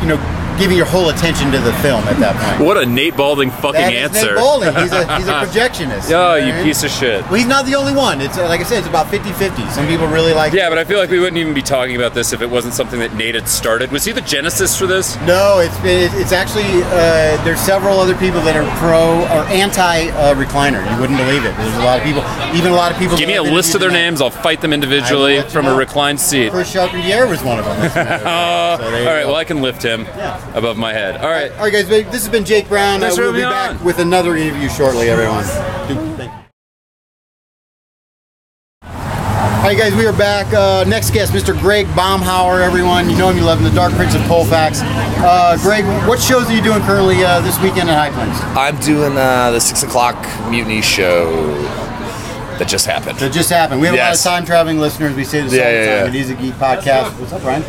you know, giving your whole attention to the film at that point. What a Nate Balding fucking That is Nate answer. Balding. He's a- <laughs> he's a projectionist. Oh, You know what you I mean? piece of shit. Well, he's not the only one. It's uh, like I said, it's about 50-50. Some people really like. Yeah, but I feel like we wouldn't even be talking about this if it wasn't something that Nate had started. Was he the genesis for this? No, it's it, it's actually uh, there's several other people that are pro or anti uh, recliner. You wouldn't believe it. There's a lot of people, even a lot of people. Give me that a I've list of their interviewed names. I'll fight them individually from a reclined <laughs> seat. Chris Charpentier was one of them. Oh, <laughs> all right. Well, I can lift him above my head. All right. All right, guys. This has been Jake Brown. Thanks for we'll be having me back with another interview shortly, everyone. All right, guys, we are back. Uh, next guest, Mr. Greg Baumhauer, everyone. You know him, you love him, the Dark Prince of Colfax. Uh, Greg, what shows are you doing currently uh, this weekend at High Plains? I'm doing uh, the six o'clock mutiny show that just happened. That just happened. We have Yes. a lot of time traveling listeners. We say this Yeah, all the yeah, time. yeah. It is a geek podcast. What's up, Ryan?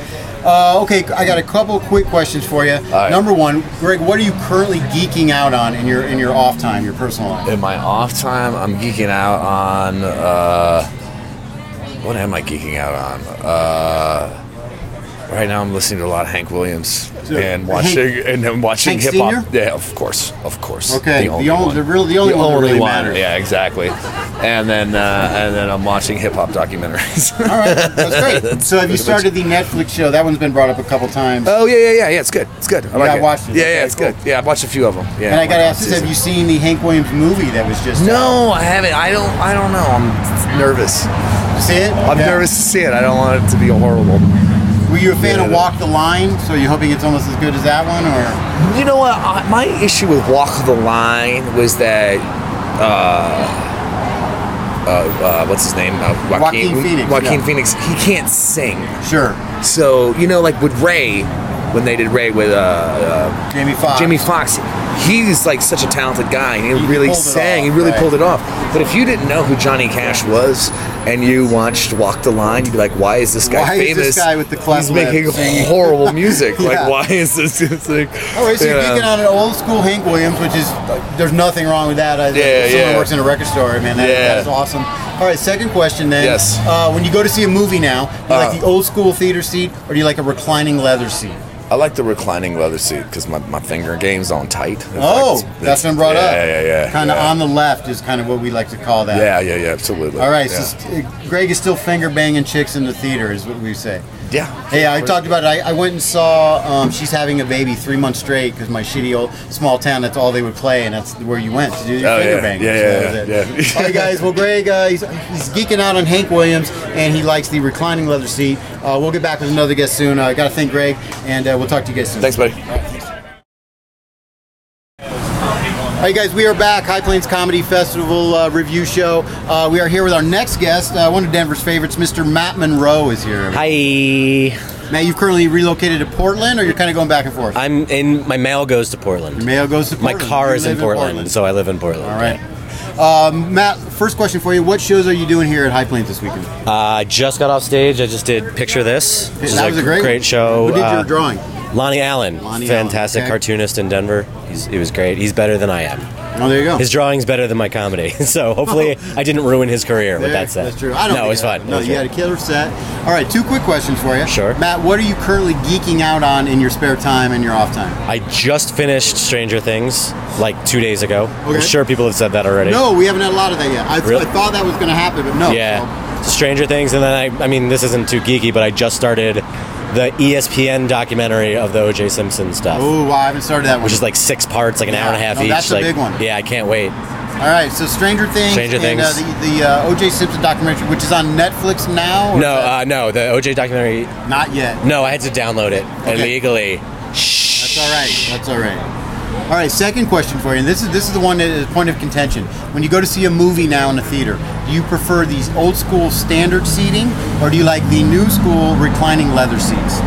Uh, okay, I got a couple quick questions for you. right. Number one, Greg, what are you currently geeking out on in your in your off time, your personal life? In my off time, I'm geeking out on. Uh, what am I geeking out on? Uh, right now, I'm listening to a lot of Hank Williams So, and Hank- watching and then watching Hank hip hop. Senior? Yeah, of course, of course. Okay, the only- one. the real- the only one that really matters. Yeah, exactly. And then uh, and then I'm watching hip hop documentaries. <laughs> All right, that's great. That's so have you pretty much- started the Netflix show? That one's been brought up a couple times. Oh yeah, yeah, yeah, yeah. It's good. It's good. I Yeah, like I it. watched it. Yeah, Okay, yeah, it's good. Yeah, I watched a few of them. Yeah. and I got to my ask this: off-season. Have you seen the Hank Williams movie that was just? No, I haven't. I don't. I don't know. I'm nervous. See it? I'm Okay. nervous to see it. I don't want it to be horrible. Were you a fan Yeah. of Walk the Line? So you're hoping it's almost as good as that one, or? You know what? I, my issue with Walk the Line was that. Uh, uh, uh, what's his name? Uh, Joaquin, Joaquin Phoenix, Joaquin yeah. Phoenix. He can't sing. Sure. So you know, like with Ray, when they did Ray with uh, uh, Jamie Foxx. Jamie Foxx, he's like such a talented guy, and he, really pulled it sang, off, he really right. pulled it off. But if you didn't know who Johnny Cash was, and you watched Walk the Line, you'd be like, why is this guy Why is famous? this guy with the cleft he's lip making singing?" horrible music. <laughs> Yeah. Like, why is this? It's like, Oh, wait, so you you're know. picking on an old school Hank Williams, which is like, there's nothing wrong with that. I, Yeah, if someone yeah. works in a record store, man, that, Yeah. that is awesome. All right, second question then. Yes. Uh, when you go to see a movie now, do you Uh-huh. like the old school theater seat, or do you like a reclining leather seat? I like the reclining leather seat because my, my finger game's on tight. It's like- oh, it's- that's been brought yeah, up. Yeah, yeah, yeah. Kind of yeah. on the left is kind of what we like to call that. Yeah, yeah, yeah, absolutely. All right, yeah. so st- Greg is still finger banging chicks in the theater, is what we say. Yeah. Hey, I talked about it. I, I went and saw um, she's having a baby three months straight because my shitty old small town. That's all they would play, and that's where you went to do your Oh, finger yeah, banging. yeah, So yeah, that was it. yeah. all right, guys. Well, Greg, uh, he's, he's geeking out on Hank Williams, and he likes the reclining leather seat. Uh, we'll get back with another guest soon. Uh, I got to thank Greg, and uh, we'll talk to you guys soon. Thanks, buddy. All right, guys, we are back. High Plains Comedy Festival uh, review show. Uh, we are here with our next guest, uh, one of Denver's favorites, Mr. Matt Monroe is here. Hi. Matt, you've currently relocated to Portland, or you're kind of going back and forth? I'm in. My mail goes to Portland. Your mail goes to My Portland. car You is in live in Portland, Portland. so I live in Portland. All right. Um, Matt, first question for you. What shows are you doing here at High Plains this weekend? Uh, I just got off stage. I just did Picture This. which is that was a great- great show. Who did your Uh, drawing? Lonnie Allen. Lonnie fantastic Allen, okay. cartoonist in Denver. He's, he was great. He's better than I am. Oh, there you go. His drawing's better than my comedy. <laughs> <laughs> So hopefully I didn't ruin his career There, with that set. That's true. I don't no, think it was it happened. fun. It No, was you fun. had a killer set. All right, two quick questions for you. Sure. Matt, what are you currently geeking out on in your spare time and your off time? I just finished Stranger Things like two days ago. Okay. I'm sure people have said that already. No, we haven't had a lot of that yet. I, Really? I thought that was going to happen, but no. Yeah. Stranger Things, and then I, I mean, this isn't too geeky, but I just started the E ESPN documentary of the OJ Simpson stuff. Oh, wow, I haven't started that one. Which is like six parts, like an hour and a half no, each. that's a like, big one. Yeah, I can't wait. All right, so Stranger Things Stranger and Things. Uh, the, the uh, O.J. Simpson documentary, which is on Netflix now. or No, is that- uh, no, the OJ documentary. Not yet. No, I had to download it illegally. that's all right. That's all uh, right. All right, second question for you, and this is this is the one that is a point of contention. When you go to see a movie now in the theater, do you prefer these old school standard seating, or do you like the new school reclining leather seats?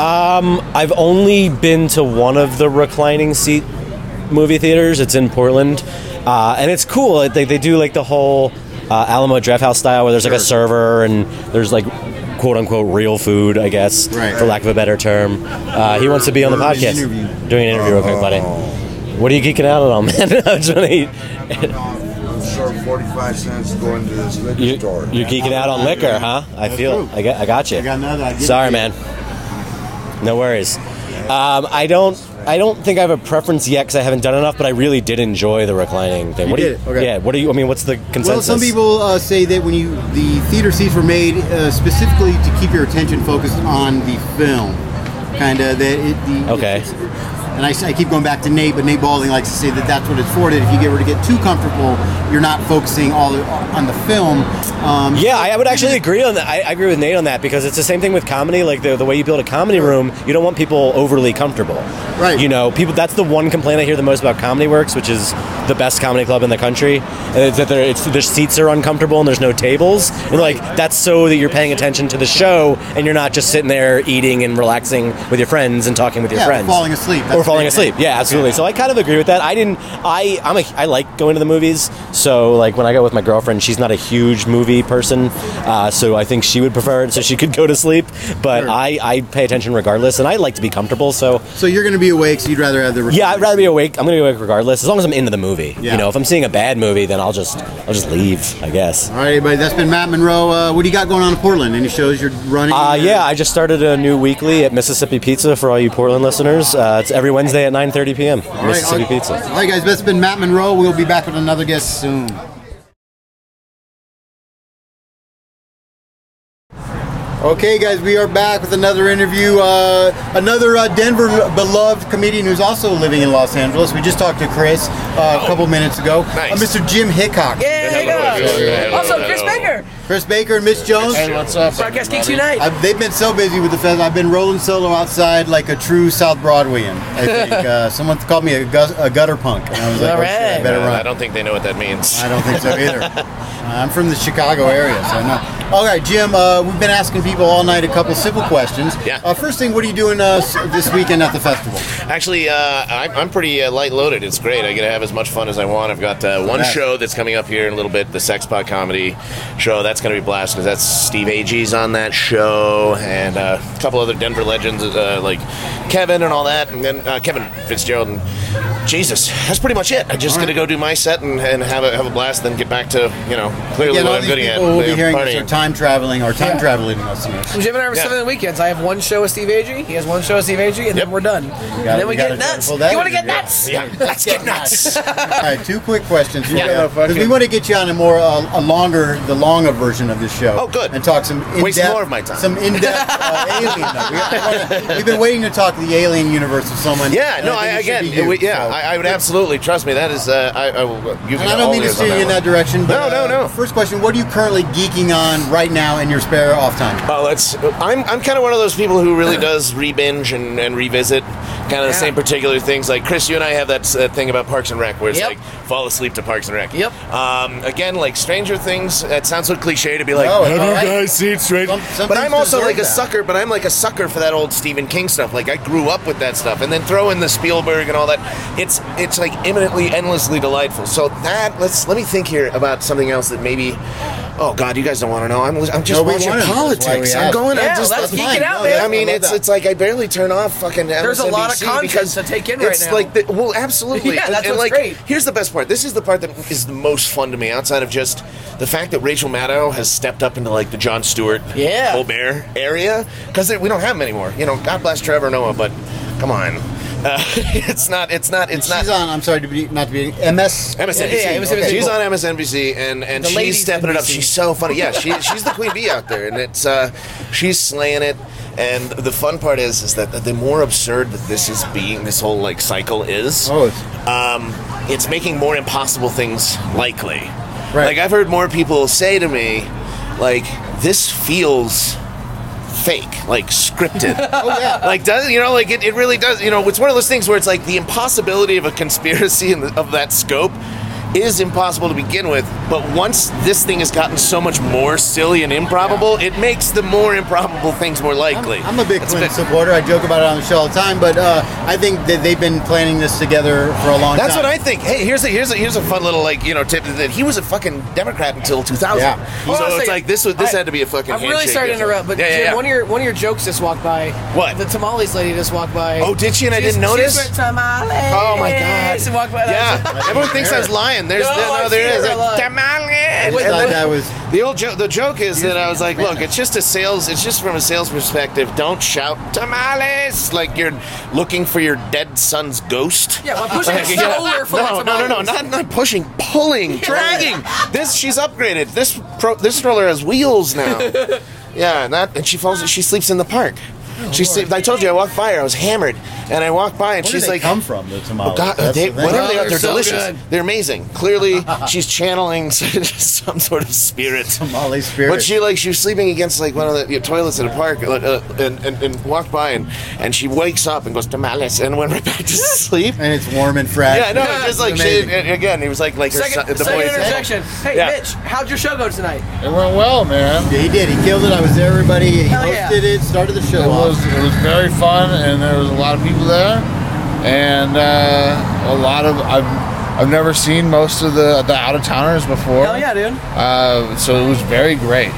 Um, I've only been to one of the reclining seat movie theaters. It's in Portland, uh, and it's cool. They, they do like the whole uh, Alamo Drafthouse style, where there's like a server and there's like quote unquote real food, I guess, for lack of a better term. Uh, he wants to be on the Doing an podcast, interview. Oh. doing an interview real quick, buddy. What are you geeking out on, man? <laughs> I'm trying to eat. <laughs> Serve 45 cents going to this liquor You- store. You're geeking out on liquor, huh? I feel. I got. I got you. I got another, I give it Sorry, to man. No worries. Um, I don't. I don't think I have a preference yet because I haven't done enough. But I really did enjoy the reclining thing. You what do did it, okay. Yeah. What do you? I mean, what's the consensus? Well, some people uh, say that when you the theater seats were made uh, specifically to keep your attention focused on the film, kind of that it. The, Okay. and I, s- I keep going back to Nate, but Nate Balding likes to say that that's what it's for. That if you get were to get too comfortable, you're not focusing all on the film. Um, yeah, I, I would actually agree on that. I, I agree with Nate on that because it's the same thing with comedy. Like the, the way you build a comedy room, you don't want people overly comfortable. Right. You know, people. That's the one complaint I hear the most about Comedy Works, which is the best comedy club in the country, and it's that their it's, their seats are uncomfortable and there's no tables. And like that's so that you're paying attention to the show and you're not just sitting there eating and relaxing with your friends and talking with your Yeah, friends. falling asleep. That's or falling the big asleep. Yeah, absolutely. So I kind of agree with that. I didn't. I I'm a, I like going to the movies. So like when I go with my girlfriend, she's not a huge movie person. Uh, so I think she would prefer it so she could go to sleep. But I I pay attention regardless, and I like to be comfortable. So so you're going to be awake. So you'd rather have the yeah, I'd rather be awake. I'm gonna be awake regardless, as long as I'm into the movie. Yeah. You know, if I'm seeing a bad movie, then I'll just I'll just leave. I guess. All right, everybody. That's been Matt Monroe. Uh, what do you got going on in Portland? Any shows you're running? Uh, yeah, I just started a new weekly at Mississippi Pizza for all you Portland listeners. Uh, it's every Wednesday at 9:30 p.m. Mississippi Pizza. All right, guys. That's been Matt Monroe. We'll be back with another guest soon. Okay, guys, we are back with another interview. Uh, another uh, Denver beloved comedian who's also living in Los Angeles. We just talked to Chris Oh, uh, a couple minutes ago. Uh, Mr. Jim Hickok. Yeah, Hello, Hello, hello, hello, hello. Also, Chris Baker. Chris Baker and Mitch Jones. Hey, what's up, Podcast Geeks everybody? Unite. I've- they've been so busy with the fest. I've been rolling solo outside like a true South Broadwayan. I <laughs> think uh, someone called me a, gus- a gutter punk, and I was like, All oh, shit, I right. better Yeah, run. I don't think they know what that means. I <laughs> don't think <laughs> so either. Uh, I'm from the Chicago area, so I know. All right, Jim, uh, we've been asking people all night a couple simple questions. Yeah. Uh, first thing, what are you doing uh, s- this weekend at the festival? Actually, uh, I'm, I'm pretty uh, light loaded. It's great. I get to have as much fun as I want. I've got uh, one Nice. show that's coming up here in a little bit, the Sexpot Comedy Show. That's going to be a blast because that's Steve Agee's on that show and uh, a couple other Denver legends uh, like Kevin and all that, and then uh, Kevin Fitzgerald and Jesus. That's pretty much it. I just got to go do my set and, and have a have a blast, then get back to you know clearly Again, all what I'm these good at. people will be uh, hearing partying. this are time traveling or time traveling listeners. Jim and I were Yeah. sitting Seven weekends. I have one show with Steve Agee. He has one show with Steve Agee, and then we're done. and gotta- then we you gotta get nuts. triple that you want to in get your- nuts? Yeah. Let's get <laughs> nuts. All right, two quick questions. Yeah. Because we want to get you on a more uh, a longer, the longer version of this show. Oh, good. And talk some in Waste depth, more of my time. Some in depth uh, alien. Stuff. We, I wanna- we've been waiting to talk the alien universe with someone. Yeah, and no, I, think it should again, be you, it would- yeah, so. I, I would absolutely trust me. That is, uh, I, I will. You And I don't mean to steer you in that direction. But, no, no, no. First question: What are you currently geeking on right now in your spare off time? Oh, that's. I'm, I'm kind of one of those <laughs> people who really does re-binge and, and revisit kind of the same particular things. Like, Chris, you and I have that uh, thing about Parks and Rec where it's Yep. like fall asleep to Parks and Rec. Yep. Um, again, like Stranger Things, that sounds so cliche to be like, No, it's "Have you all right. guys seen Stranger some But things I'm also deserve like a that. sucker, but I'm like a sucker for that old Stephen King stuff. Like, I grew up with that stuff. And then throw in the Spielberg and all that. It's it's like imminently, endlessly delightful. So, that, let's, let me think here about something else that maybe. Oh God! You guys don't want to know. I'm, I'm just No, we watching wanna know. That's why we politics. I'm asked. going. Yeah, I'm just let's geek it Oh, out, No, man. I mean, I love it's that. it's like I barely turn off fucking. There's a lot of MSNBC content because to take in right it's now. like the, well, absolutely. <laughs> Yeah, And- that's and what's like, great. Here's the best part. This is the part that is the most fun to me, outside of just the fact that Rachel Maddow has stepped up into like the John Stewart, Yeah. Colbert area because we don't have them anymore. You know, God bless Trevor Noah, but come on, uh, it's not, it's not, it's not. She's on. I'm sorry to be not to be MS MSNBC. Yeah, yeah, MSNBC. She's on MSNBC, and and The she's ladies stepping it up. NBC. She's so funny. Yeah, she, she's the queen bee out there, and it's uh, she's slaying it. And the fun part is, is that the more absurd that this is being, this whole like cycle is, oh, it's, um, it's making more impossible things likely. Right. Like I've heard more people say to me, like this feels fake, like scripted. <laughs> Oh, yeah. Like does you know like it, it really does you know it's one of those things where it's like the impossibility of a conspiracy in the, of that scope is impossible to begin with, but once this thing has gotten so much more silly and improbable, it makes the more improbable things more likely. I'm a big Clinton supporter. I joke about it on the show all the time, but uh, I think that they've been planning this together for a long That's time. what I think. Hey, here's a here's a here's a fun little like you know tip that he was a fucking Democrat until 2000. Yeah. Hold on So a it's second. like this was this I- had to be a fucking. I'm really handshake sorry to difference. interrupt, but Yeah, yeah, Jim, yeah. one of your one of your jokes just walked by. What? The tamales lady just walked by. Oh, did she and I She's- didn't notice? She's for tamales. Oh, my God. She walked by. Yeah, everyone thinks I was lying. There's no, no, no I there see is her Like, lying. tamale. Wait, And wait. then- the old joke. The joke is that I was like, look, it's just a sales. It's just from a sales perspective. Don't shout tamales like you're looking for your dead son's ghost. Yeah, but pushing Like, a yeah. stroller full no, of no, no, no, tamales. not not <laughs> pushing, pulling, dragging. This she's upgraded. This pro, this stroller has wheels <laughs> now. yeah, and that and she falls. She sleeps in the park. Oh, She sleep, I told you I walked by. her, I was hammered, and I walked by, and Where do she's they like, come from the Oh, tamales? God, That's they, the thing. whatever they are, they're, delicious. They're amazing. <laughs> Clearly, she's channeling <laughs> some sort of spirit. Somali spirit. But she like she was sleeping against like one of the you know, toilets at a park, uh, uh, and, and and walked by, and and she wakes up and goes tamales, and went right back to <laughs> sleep. And it's warm and fresh. Yeah, no, it's just like she, Amazing. and again, he was like like her son- Second, the second boys. interjection. Hey, Yeah. Mitch, how'd your show go tonight? It went well, man. Yeah, he did. He killed it. I was there, everybody. He Hell yeah. hosted it, started the show It off. was- it was very fun, and there was a lot of people there, and uh, a lot of I've I've never seen most of the the out of towners before. Hell yeah, dude. Uh, so it was very great.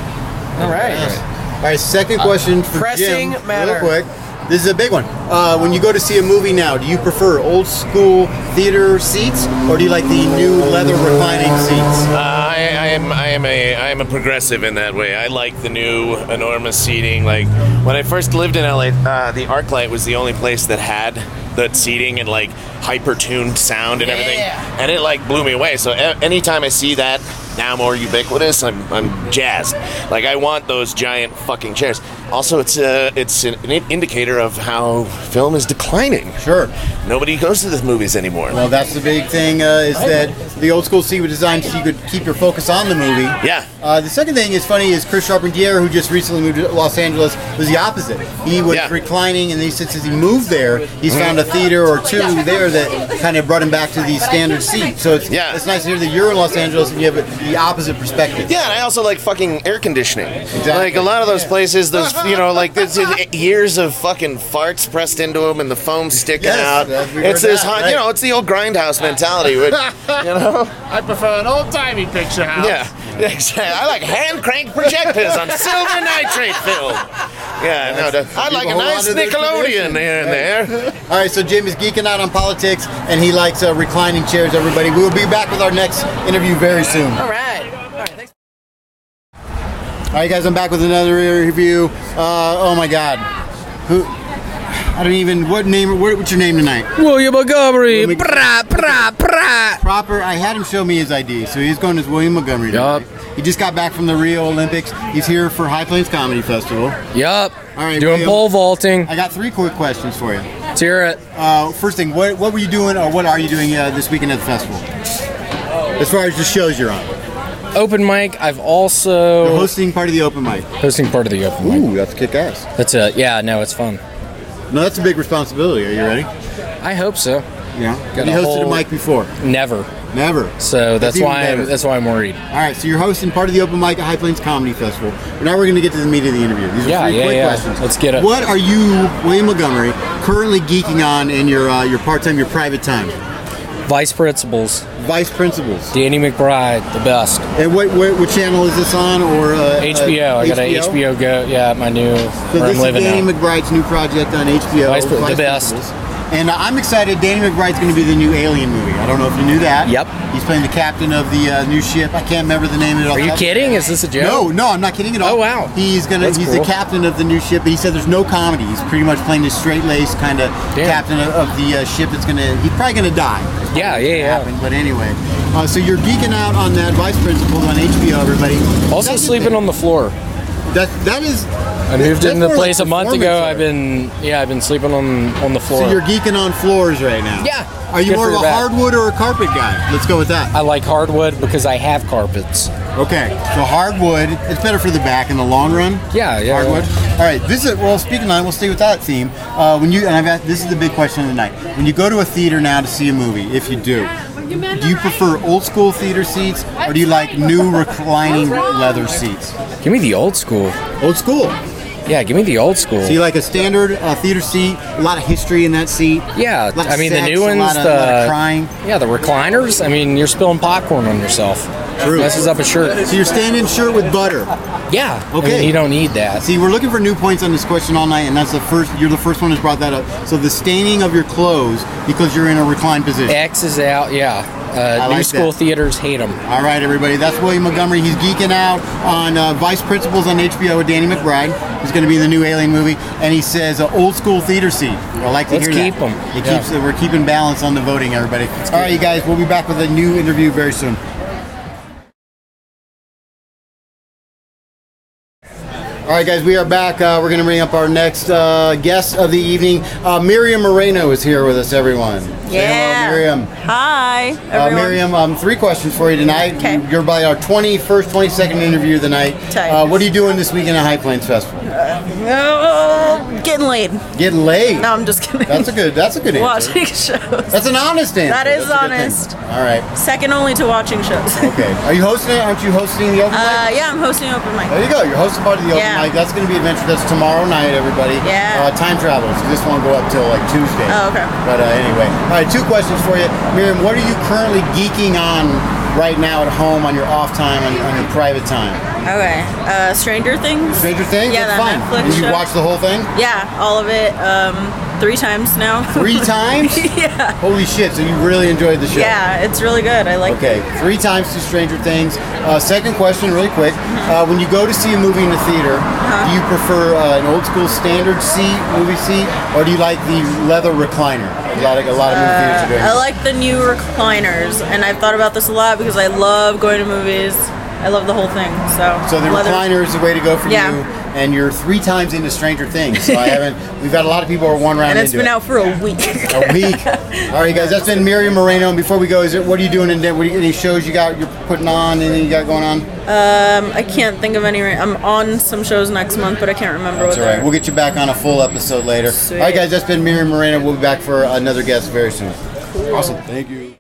All right. All right, second question for Pressing Jim, matter. real quick. This is a big one. Uh, when you go to see a movie now, do you prefer old school theater seats, or do you like the new leather reclining seats? Uh, I, I am I am a I am a progressive in that way. I like the new enormous seating. Like when I first lived in LA, uh, the ArcLight was the only place that had that seating and like hyper tuned sound and everything, and it like blew me away. So a- anytime I see that now more ubiquitous, I'm I'm jazzed. Like I want those giant fucking chairs. Also, it's a it's an in- indicator of how film is declining. Sure. Nobody goes to the movies anymore. Well, that's the big thing uh, is that the old school seat was designed so you could keep your focus on on the movie. Yeah. Uh, the second thing is funny is Chris Charpentier, who just recently moved to Los Angeles, was the opposite. He was reclining, and he said since he moved there, he's found a theater or two there that kind of brought him back to the standard seat. So it's yeah. it's nice to hear that you're in Los Angeles and you have the opposite perspective. Yeah, and I also like fucking air conditioning. Like a lot of those places, those you know, like <laughs> there's years of fucking farts pressed into them and the foam sticking Yes, out. yes, we It's heard this that, hot, right. you know, it's the old grindhouse <laughs> <laughs> mentality. <laughs> Which, you know, I prefer an old timey picture house. yeah, exactly. <laughs> I like hand crank projectors on silver nitrate film. Yeah, no, that- I like a Hold on nice to their Nickelodeon tradition. here and Right. there. All right, so Jim is geeking out on politics, and he likes uh, reclining chairs. Everybody, we will be back with our next interview very soon. All right. All right. Thanks. All right, guys, I'm back with another interview. Uh, oh my God, who? I don't even. What name? What, what's your name tonight? William Montgomery. Pra, pra, pra. Proper. I had him show me his ID, so he's going as William Montgomery. Yup. He just got back from the Rio Olympics. He's here for High Plains Comedy Festival. Yup. All right, Doing William. pole vaulting. I got three quick questions for you. Let's hear it. Uh, first thing, what, what were you doing, or what are you doing uh, this weekend at the festival? As far as the shows you're on. Open mic. I've also You're hosting part of the open mic. Hosting part of the open mic. Ooh, that's kick ass. That's it. Yeah, no, it's fun. No, that's a big responsibility. Are you ready? I hope so. Yeah. Have Got you a hosted a whole- mic before? Never. Never. So that's, even why better. I'm, that's why I'm worried. All right, so you're hosting part of the open mic at High Plains Comedy Festival. But now we're going to get to the meat of the interview. These are Yeah, three yeah, quick yeah. questions. Let's get it. What are you, William Montgomery, currently geeking on in your uh, your part time, your private time? Vice principals. Vice principals. Danny McBride, the best. And what what, what channel is this on? Or uh, HBO. Uh, I got a HBO Go. Yeah, my new So where this I'm is living Danny now. McBride's new project on HBO. Vice- the best. Principals. And uh, I'm excited. Danny McBride's going to be the new Alien movie. I don't know if you knew that. Yep. He's playing the captain of the uh, new ship. I can't remember the name of it. off Are the you top of my kidding? head. Is this a No, joke? no, I'm not kidding at all. Oh wow. He's gonna. That's he's cool. the captain of the new ship. But he said there's no comedy. He's pretty much playing this straight laced kind of captain of, of the uh, ship. That's gonna. He's probably gonna die. Yeah, yeah, yeah. Happen, but anyway. Uh, so you're geeking out on that vice principal on HBO, everybody. Also sleeping on the floor. That that is. I moved that's into the more place like a month performance ago. art. I've been yeah, I've been sleeping on on the floor. So you're geeking on floors right now. Yeah. Are you Good more for of a your back. hardwood or a carpet guy? Let's go with that. I like hardwood because I have carpets. Okay. So hardwood, it's better for the back in the long run. Yeah, yeah. Hardwood. All right. This is well. Speaking of, that, we'll stay with that theme. Uh, when you and I've asked, this is the big question of the night. When you go to a theater now to see a movie, if you do, do you prefer old school theater seats or do you like new reclining leather seats? Give me the old school. Old school. Yeah, give me the old school. So you like a standard uh, theater seat, a lot of history in that seat. Yeah, lot of I mean sex, the new a lot ones, of- the lot of crying. Yeah, the recliners. I mean, you're spilling popcorn on yourself. True. Messes up a shirt. So you're standing shirt with butter. Yeah. Okay. I mean, you don't need that. See, we're looking for new points on this question all night, and that's the first. You're the first one who's brought that up. So the staining of your clothes because you're in a reclined position. X is out. Yeah. Uh, I new like school that. theaters hate them. All right, everybody. That's William Montgomery. He's geeking out on uh, Vice Principals on HBO with Danny McBride. He's going to be in the new Alien movie, and he says uh, old school theater seat. I like to Let's hear that. keep 'em. It Yeah. keeps. uh, We're keeping balance on the voting, everybody. All right, you guys. We'll be back with a new interview very soon. All right, guys, we are back. Uh, we're going to bring up our next uh, guest of the evening. Uh, Miriam Moreno is here with us, everyone. Say Yeah. hello, Miriam. Hi, Uh, everyone. Miriam, um, three questions for you tonight. You're by our 21st, 22nd interview of the night. Uh, what are you doing this weekend at High Plains Festival? Oh, getting laid. Getting laid. No, I'm just kidding. That's a good. That's a good answer. Watching <laughs> shows. That's an honest answer. That is That's a good thing. honest. All right. Second only to watching shows. Okay. Are you hosting it? Aren't you hosting the open Uh, mic? yeah, I'm hosting open mic. There you go. You're hosting part of the open Yeah. mic. That's going to be adventure. That's tomorrow night, everybody. Yeah. Uh, time travelers. This won't go up till like Tuesday. Oh, okay. But uh, anyway, all right. Two questions for you, Miriam. What are you currently geeking on right now at home on your off time on, on your private time? Okay. Uh, Stranger Things. Stranger Things. Yeah, That's that fun. Netflix And you show. watched the whole thing. Yeah, all of it. Um, three times now. <laughs> Three times? yeah. Holy shit! So you really enjoyed the show. Yeah, it's really good. I like Okay, it. three times to Stranger Things. Uh, second question, really quick. Mm-hmm. Uh, when you go to see a movie in the theater, Uh-huh. do you prefer uh, an old school standard seat, movie seat, or do you like the leather recliner? A lot of, a lot of movie theaters are doing Uh, I this. like the new recliners, and I've thought about this a lot because I love going to movies. I love the whole thing. So. So the leather- recliner is the way to go for Yeah. you. and you're three times into Stranger Things. <laughs> So I haven't. We've had a lot of people who are one round and it's into been it. out for a week. a <laughs> week. Oh, All right, guys. That's been Miriam Moreno. And before we go, is it what are you doing in Denver? What are you- Any shows you got? You're putting on? Anything you got going on? Um, I can't think of any. Right, I'm on some shows next month, but I can't remember That's what all they right. are. We'll get you back on a full episode later. Sweet. All right, guys. That's been Miriam Moreno. We'll be back for another guest very soon. Awesome. Thank you.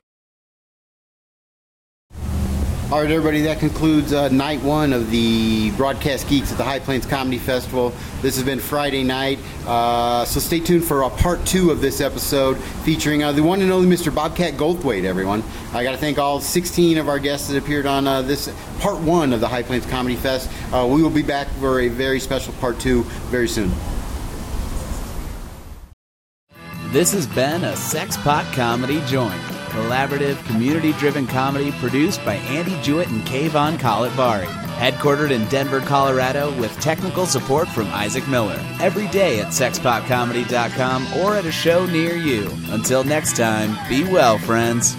All right, everybody, that concludes uh, night one of the Broadcast Geeks at the High Plains Comedy Festival. This has been Friday night, uh, so stay tuned for uh, part two of this episode featuring uh, the one and only Mr. Bobcat Goldthwait, everyone. I got to thank all 16 of our guests that appeared on uh, this part one of the High Plains Comedy Fest. Uh, we will be back for a very special part two very soon. This has been a Sexpot Comedy Joint, collaborative, community driven comedy produced by Andy Jewett and Kayvon Collet-Bari. Headquartered in Denver, Colorado, with technical support from Isaac Miller. Every day at sexpotcomedy.com or at a show near you. Until next time, be well, friends.